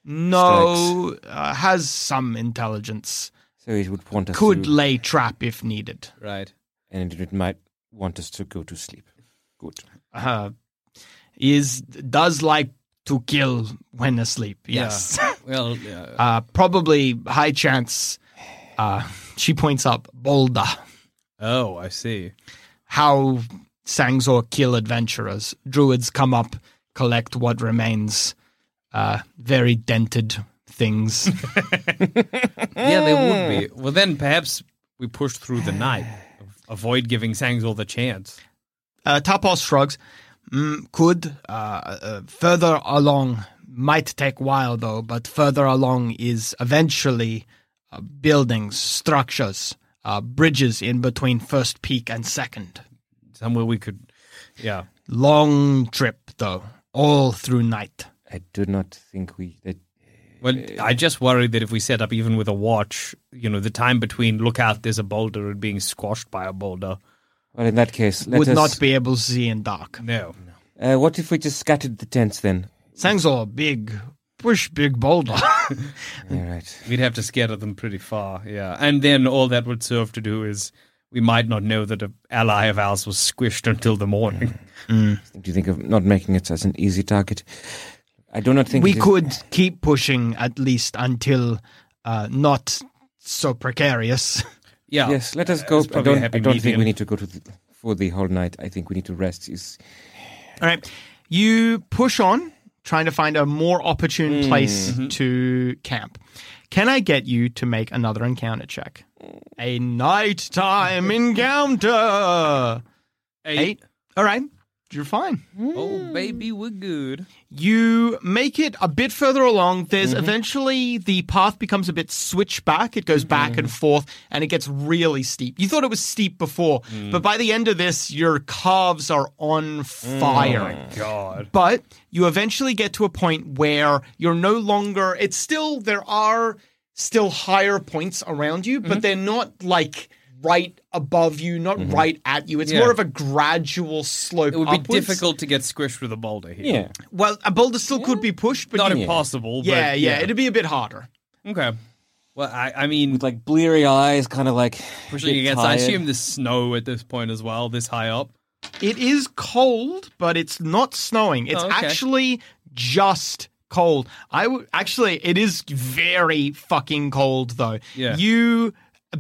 No, uh, has some intelligence.
so it would want us
Could
to,
lay trap if needed.
Right.
and it might want us to go to sleep. Good.
Uh, is does like to kill when asleep. Yes.
Well, yeah.
uh, probably high chance. Uh, she points up Boulder,
oh, I see.
how Sangzor kill adventurers. Druids come up, collect what remains. Uh, very dented things.
Yeah, they
mm.
would be. Well, then perhaps we push through the night, avoid giving Sangzor the chance.
uh, Tapos shrugs. Mm, could uh, uh, further along might take while though, but further along is eventually uh, buildings, structures, uh, bridges in between first peak and second.
Somewhere we could. Yeah.
Long trip though, all through night.
I do not think we that
Well, I just worry that if we set up even with a watch, you know, the time between look out, there's a boulder and being squashed by a boulder.
well in that case let
Would
us
not be able to see in dark.
No.
uh, what if we just scattered the tents then?
Sangzor, big push, big boulder.
All right.
We'd have to scatter them pretty far. Yeah. And then all that would serve to do is we might not know that an ally of ours was squished until the morning.
Do you think of not making it as an easy target? I do not think
we
it is-
could keep pushing at least until uh, not so precarious.
Yeah.
Yes, let us go.
it's
I
probably a
don't,
happy
I don't think
medium.
we need to go to the, for the whole night. I think we need to rest. Is
All right. You push on, trying to find a more opportune place to camp. Can I get you to make another encounter check? A nighttime encounter.
Eight.
Eight. All right. You're fine.
Oh, baby, we're good. Mm-hmm.
You make it a bit further along. There's eventually the path becomes a bit switchback. It goes
Mm-hmm.
back and forth and it gets really steep. You thought it was steep before,
Mm.
but by the end of this, your calves are on fire.
Mm. Oh, God.
But you eventually get to a point where you're no longer, it's still, there are still higher points around you,
Mm-hmm.
but they're not like right above you, not right at you. It's
Yeah.
more of a gradual slope.
It would be
upwards.
difficult to get squished with a boulder here.
Yeah.
Well, a boulder still could be pushed, but
Not
you-
impossible, but.
yeah, yeah, it'd be a bit harder.
Okay. Well, I, I mean,
With like bleary eyes, kind of like
pushing
bit
against. I
tired.
assume there's snow at this point as well, this high up.
It is cold, but it's not snowing. It's
Oh, okay.
actually just cold. I w- actually, it is very fucking cold though.
Yeah. Hmm.
You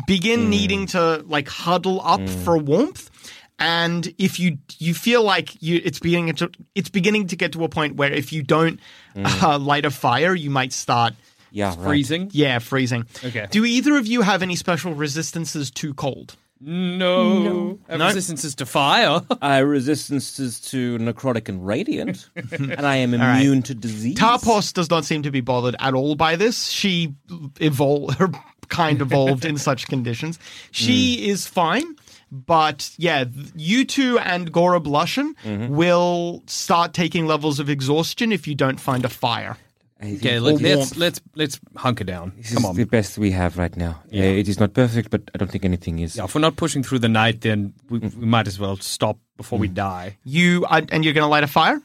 begin needing to like huddle up for warmth. And if you you feel like you, it's beginning to it's beginning to get to a point where if you don't
Hmm.
uh, light a fire, you might start
yeah, right.
Freezing?
yeah freezing.
Okay.
Do either of you have any special resistances to cold?
No. Our Resistance is to fire.
I resistances to necrotic and radiant, and I am immune to disease.
Tarpos does not seem to be bothered at all by this. She evolved, her kind evolved in such conditions. She is fine, but yeah, th- you two and Gora Blushin will start taking levels of exhaustion if you don't find a fire.
okay, let, let's, let's, let's hunker down.
This
Come
is
on.
the best we have right now. Yeah. it is not perfect, but I don't think anything is.
Yeah, if we're not pushing through the night, then we,
Mm.
we might as well stop before we die.
You are, and you're going to light a fire.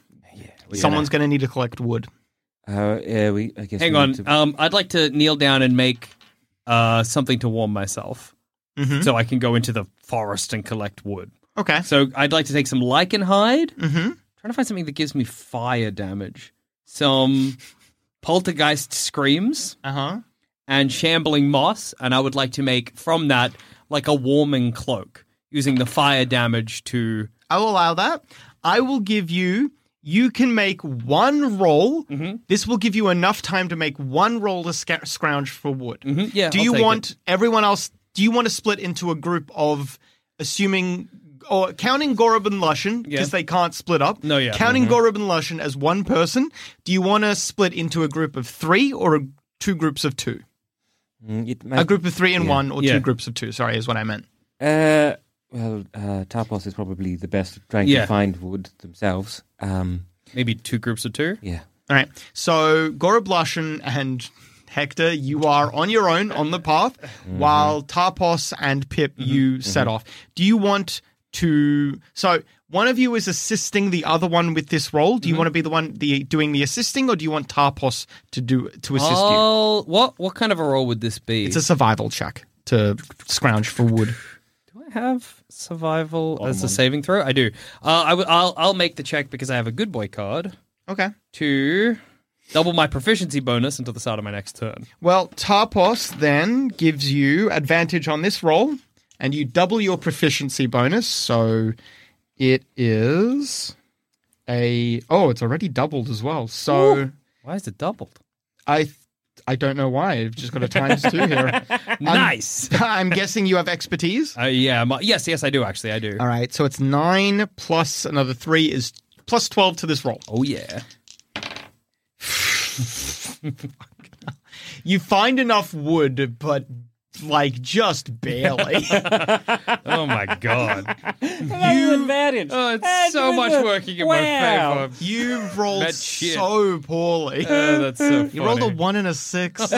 Someone's going to need to collect wood.
Uh, yeah, we. I guess.
Hang
we
on.
need to-
uh,
Um, I'd like to kneel down and make uh, something to warm myself
Mm-hmm.
so I can go into the forest and collect wood.
Okay.
So I'd like to take some lichen hide. Mm-hmm. Trying to find something that gives me fire damage. Some poltergeist screams
Uh huh.
and shambling moss. And I would like to make from that like a warming cloak using the fire damage to.
I will allow that. I will give you. You can make one roll.
Mm-hmm.
This will give you enough time to make one roll to sca- scrounge for wood.
Mm-hmm. Hmm? Yeah.
do
I'll
you
take it.
want everyone else? Do you want to split into a group of assuming or counting Gorob and Lushin because
Yeah.
they can't split up?
No, yeah. Mm-hmm.
Counting Gorob and Lushin as one person. Do you want to split into a group of three or a, two groups of two?
Mm, it might-
A group of three and one, or
Yeah.
two groups of two. Sorry, is what I meant.
Uh, well, uh, Tarpos is probably the best at trying
Yeah.
to find wood themselves. Um,
Maybe two groups of two?
yeah.
All right. So Gorob Lushin and Hector, you are on your own on the path, while Tarpos and Pip, you set off. Do you want to? So one of you is assisting the other one with this role. Do you want to be the one the doing the assisting, or do you want Tarpos to do to assist you?
Oh, what what kind of a role would this be?
It's a survival check to scrounge for wood.
do I have survival as a saving throw? I do. Uh, I w- I'll I'll make the check because I have a good boy card
Okay.
to double my proficiency bonus until the start of my next turn.
Well, Tarpos then gives you advantage on this roll, and you double your proficiency bonus. So it is a oh, it's already doubled as well. So
Why is it doubled?
I I don't know why I've just got a times two here.
nice.
I'm guessing you have expertise.
Uh, yeah. My, yes. Yes, I do. Actually, I do.
All right, so it's nine plus another three is plus twelve to this roll.
Oh yeah.
You find enough wood, but like just barely.
Oh my god.
You advantage.
Oh, it's so much working in my favor.
You've rolled
That shit.
so poorly.
Oh, that's so.
You rolled a
funny.
one and a six.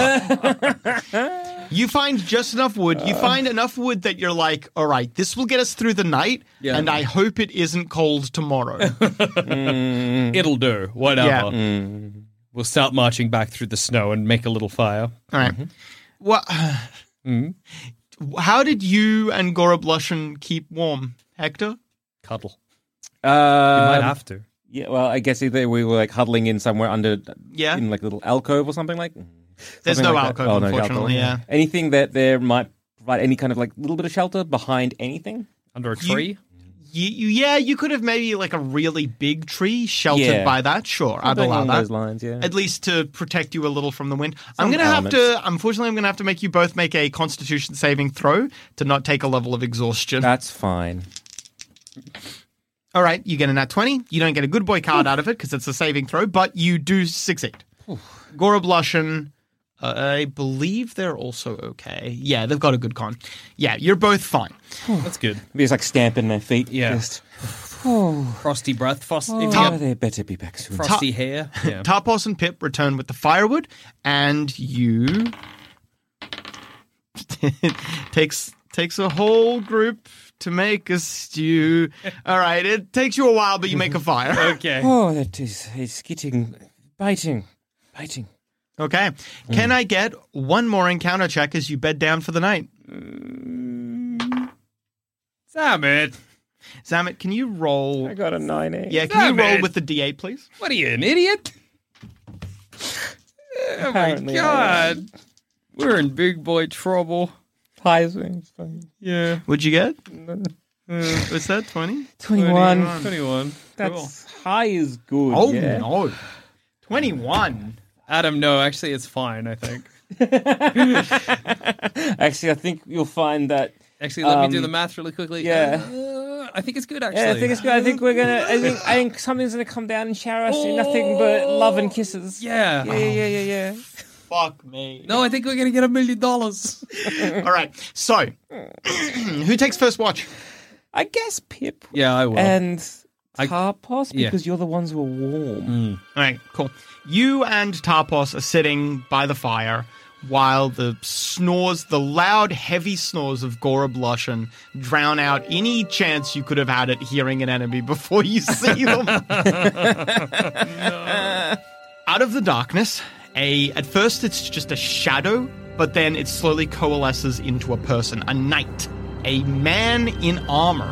you find just enough wood. You find enough wood that you're like, all right, this will get us through the night,
Yeah.
and I hope it isn't cold tomorrow.
It'll do. Whatever. Mm.
Yeah.
We'll start marching back through the snow and make a little fire.
all right. What? How did you and Gora Blushin keep warm, Hector?
Cuddle. You might
Uh,
have to.
yeah. Well, I guess either we were like huddling in somewhere under,
Yeah.
in like a little alcove or something like. Mm,
There's no
something like that.
alcove,
Oh, no,
unfortunately. Yeah.
Anything that there might provide any kind of like little bit of shelter behind anything.
Under a
You-
tree.
You, you, yeah, you could have maybe like a really big tree sheltered
Yeah.
by that. Sure, I'd
Something
allow
along
that.
those lines. Yeah.
at least to protect you a little from the wind. I'm
Some
gonna have
elements.
to. Unfortunately, I'm gonna have to make you both make a Constitution
Uh,
saving throw to not take a level of exhaustion.
That's fine.
All right, you get a nat 20. You don't get a good boy card out of it because it's a saving throw, but you do succeed. Gora Blushin, uh, I believe they're also okay. Yeah, they've got a good con. Yeah, you're both fine.
That's good.
Maybe it's like stamping my feet.
Yeah.
Just,
Frosty breath. Frost, if you
oh,
got
they better be back soon.
frosty hair. Yeah.
Tarpos and Pip return with the firewood, and you takes takes a whole group to make a stew. All right, it takes you a while, but you make a fire.
okay.
Oh, that is, it's getting biting, biting.
Okay. Can I get one more encounter check as you bed down for the night?
Damn it.
Zamet, can you roll?
I got a 90.
Yeah, can you
Zamet!
roll with the D8, please?
What are you, an idiot?
Oh Apparently, I
God. We're in big boy trouble.
am. Pies wings, fucking-
Yeah.
What'd you get? What's that, 20?
21.
Hmm.
21. Cool.
That's high is good.
Oh,
yeah.
no. 21.
Adam, no, actually, it's fine, I think.
Actually, I think you'll find that.
Actually, let
Um,
me do the math really quickly.
yeah.
Uh, I think it's good, actually.
Yeah, I think it's good. I think we're gonna. I think I think something's gonna come down and shower us in nothing but love and kisses.
Yeah.
yeah, yeah, yeah, yeah.
Fuck me.
No, I think we're going to get a million dollars.
All right. So, who takes first watch?
I guess Pip
Yeah, I will.
and
I-
Tarpos
yeah.
because you're the ones who are warm.
All right, cool. You and Tarpos are sitting by the fire while the snores, the loud, heavy snores of Gora Blushin drown out any chance you could have had at hearing an enemy before you see them. Out of the darkness, a at first it's just a shadow, but then it slowly coalesces into a person, a knight, a man in armor.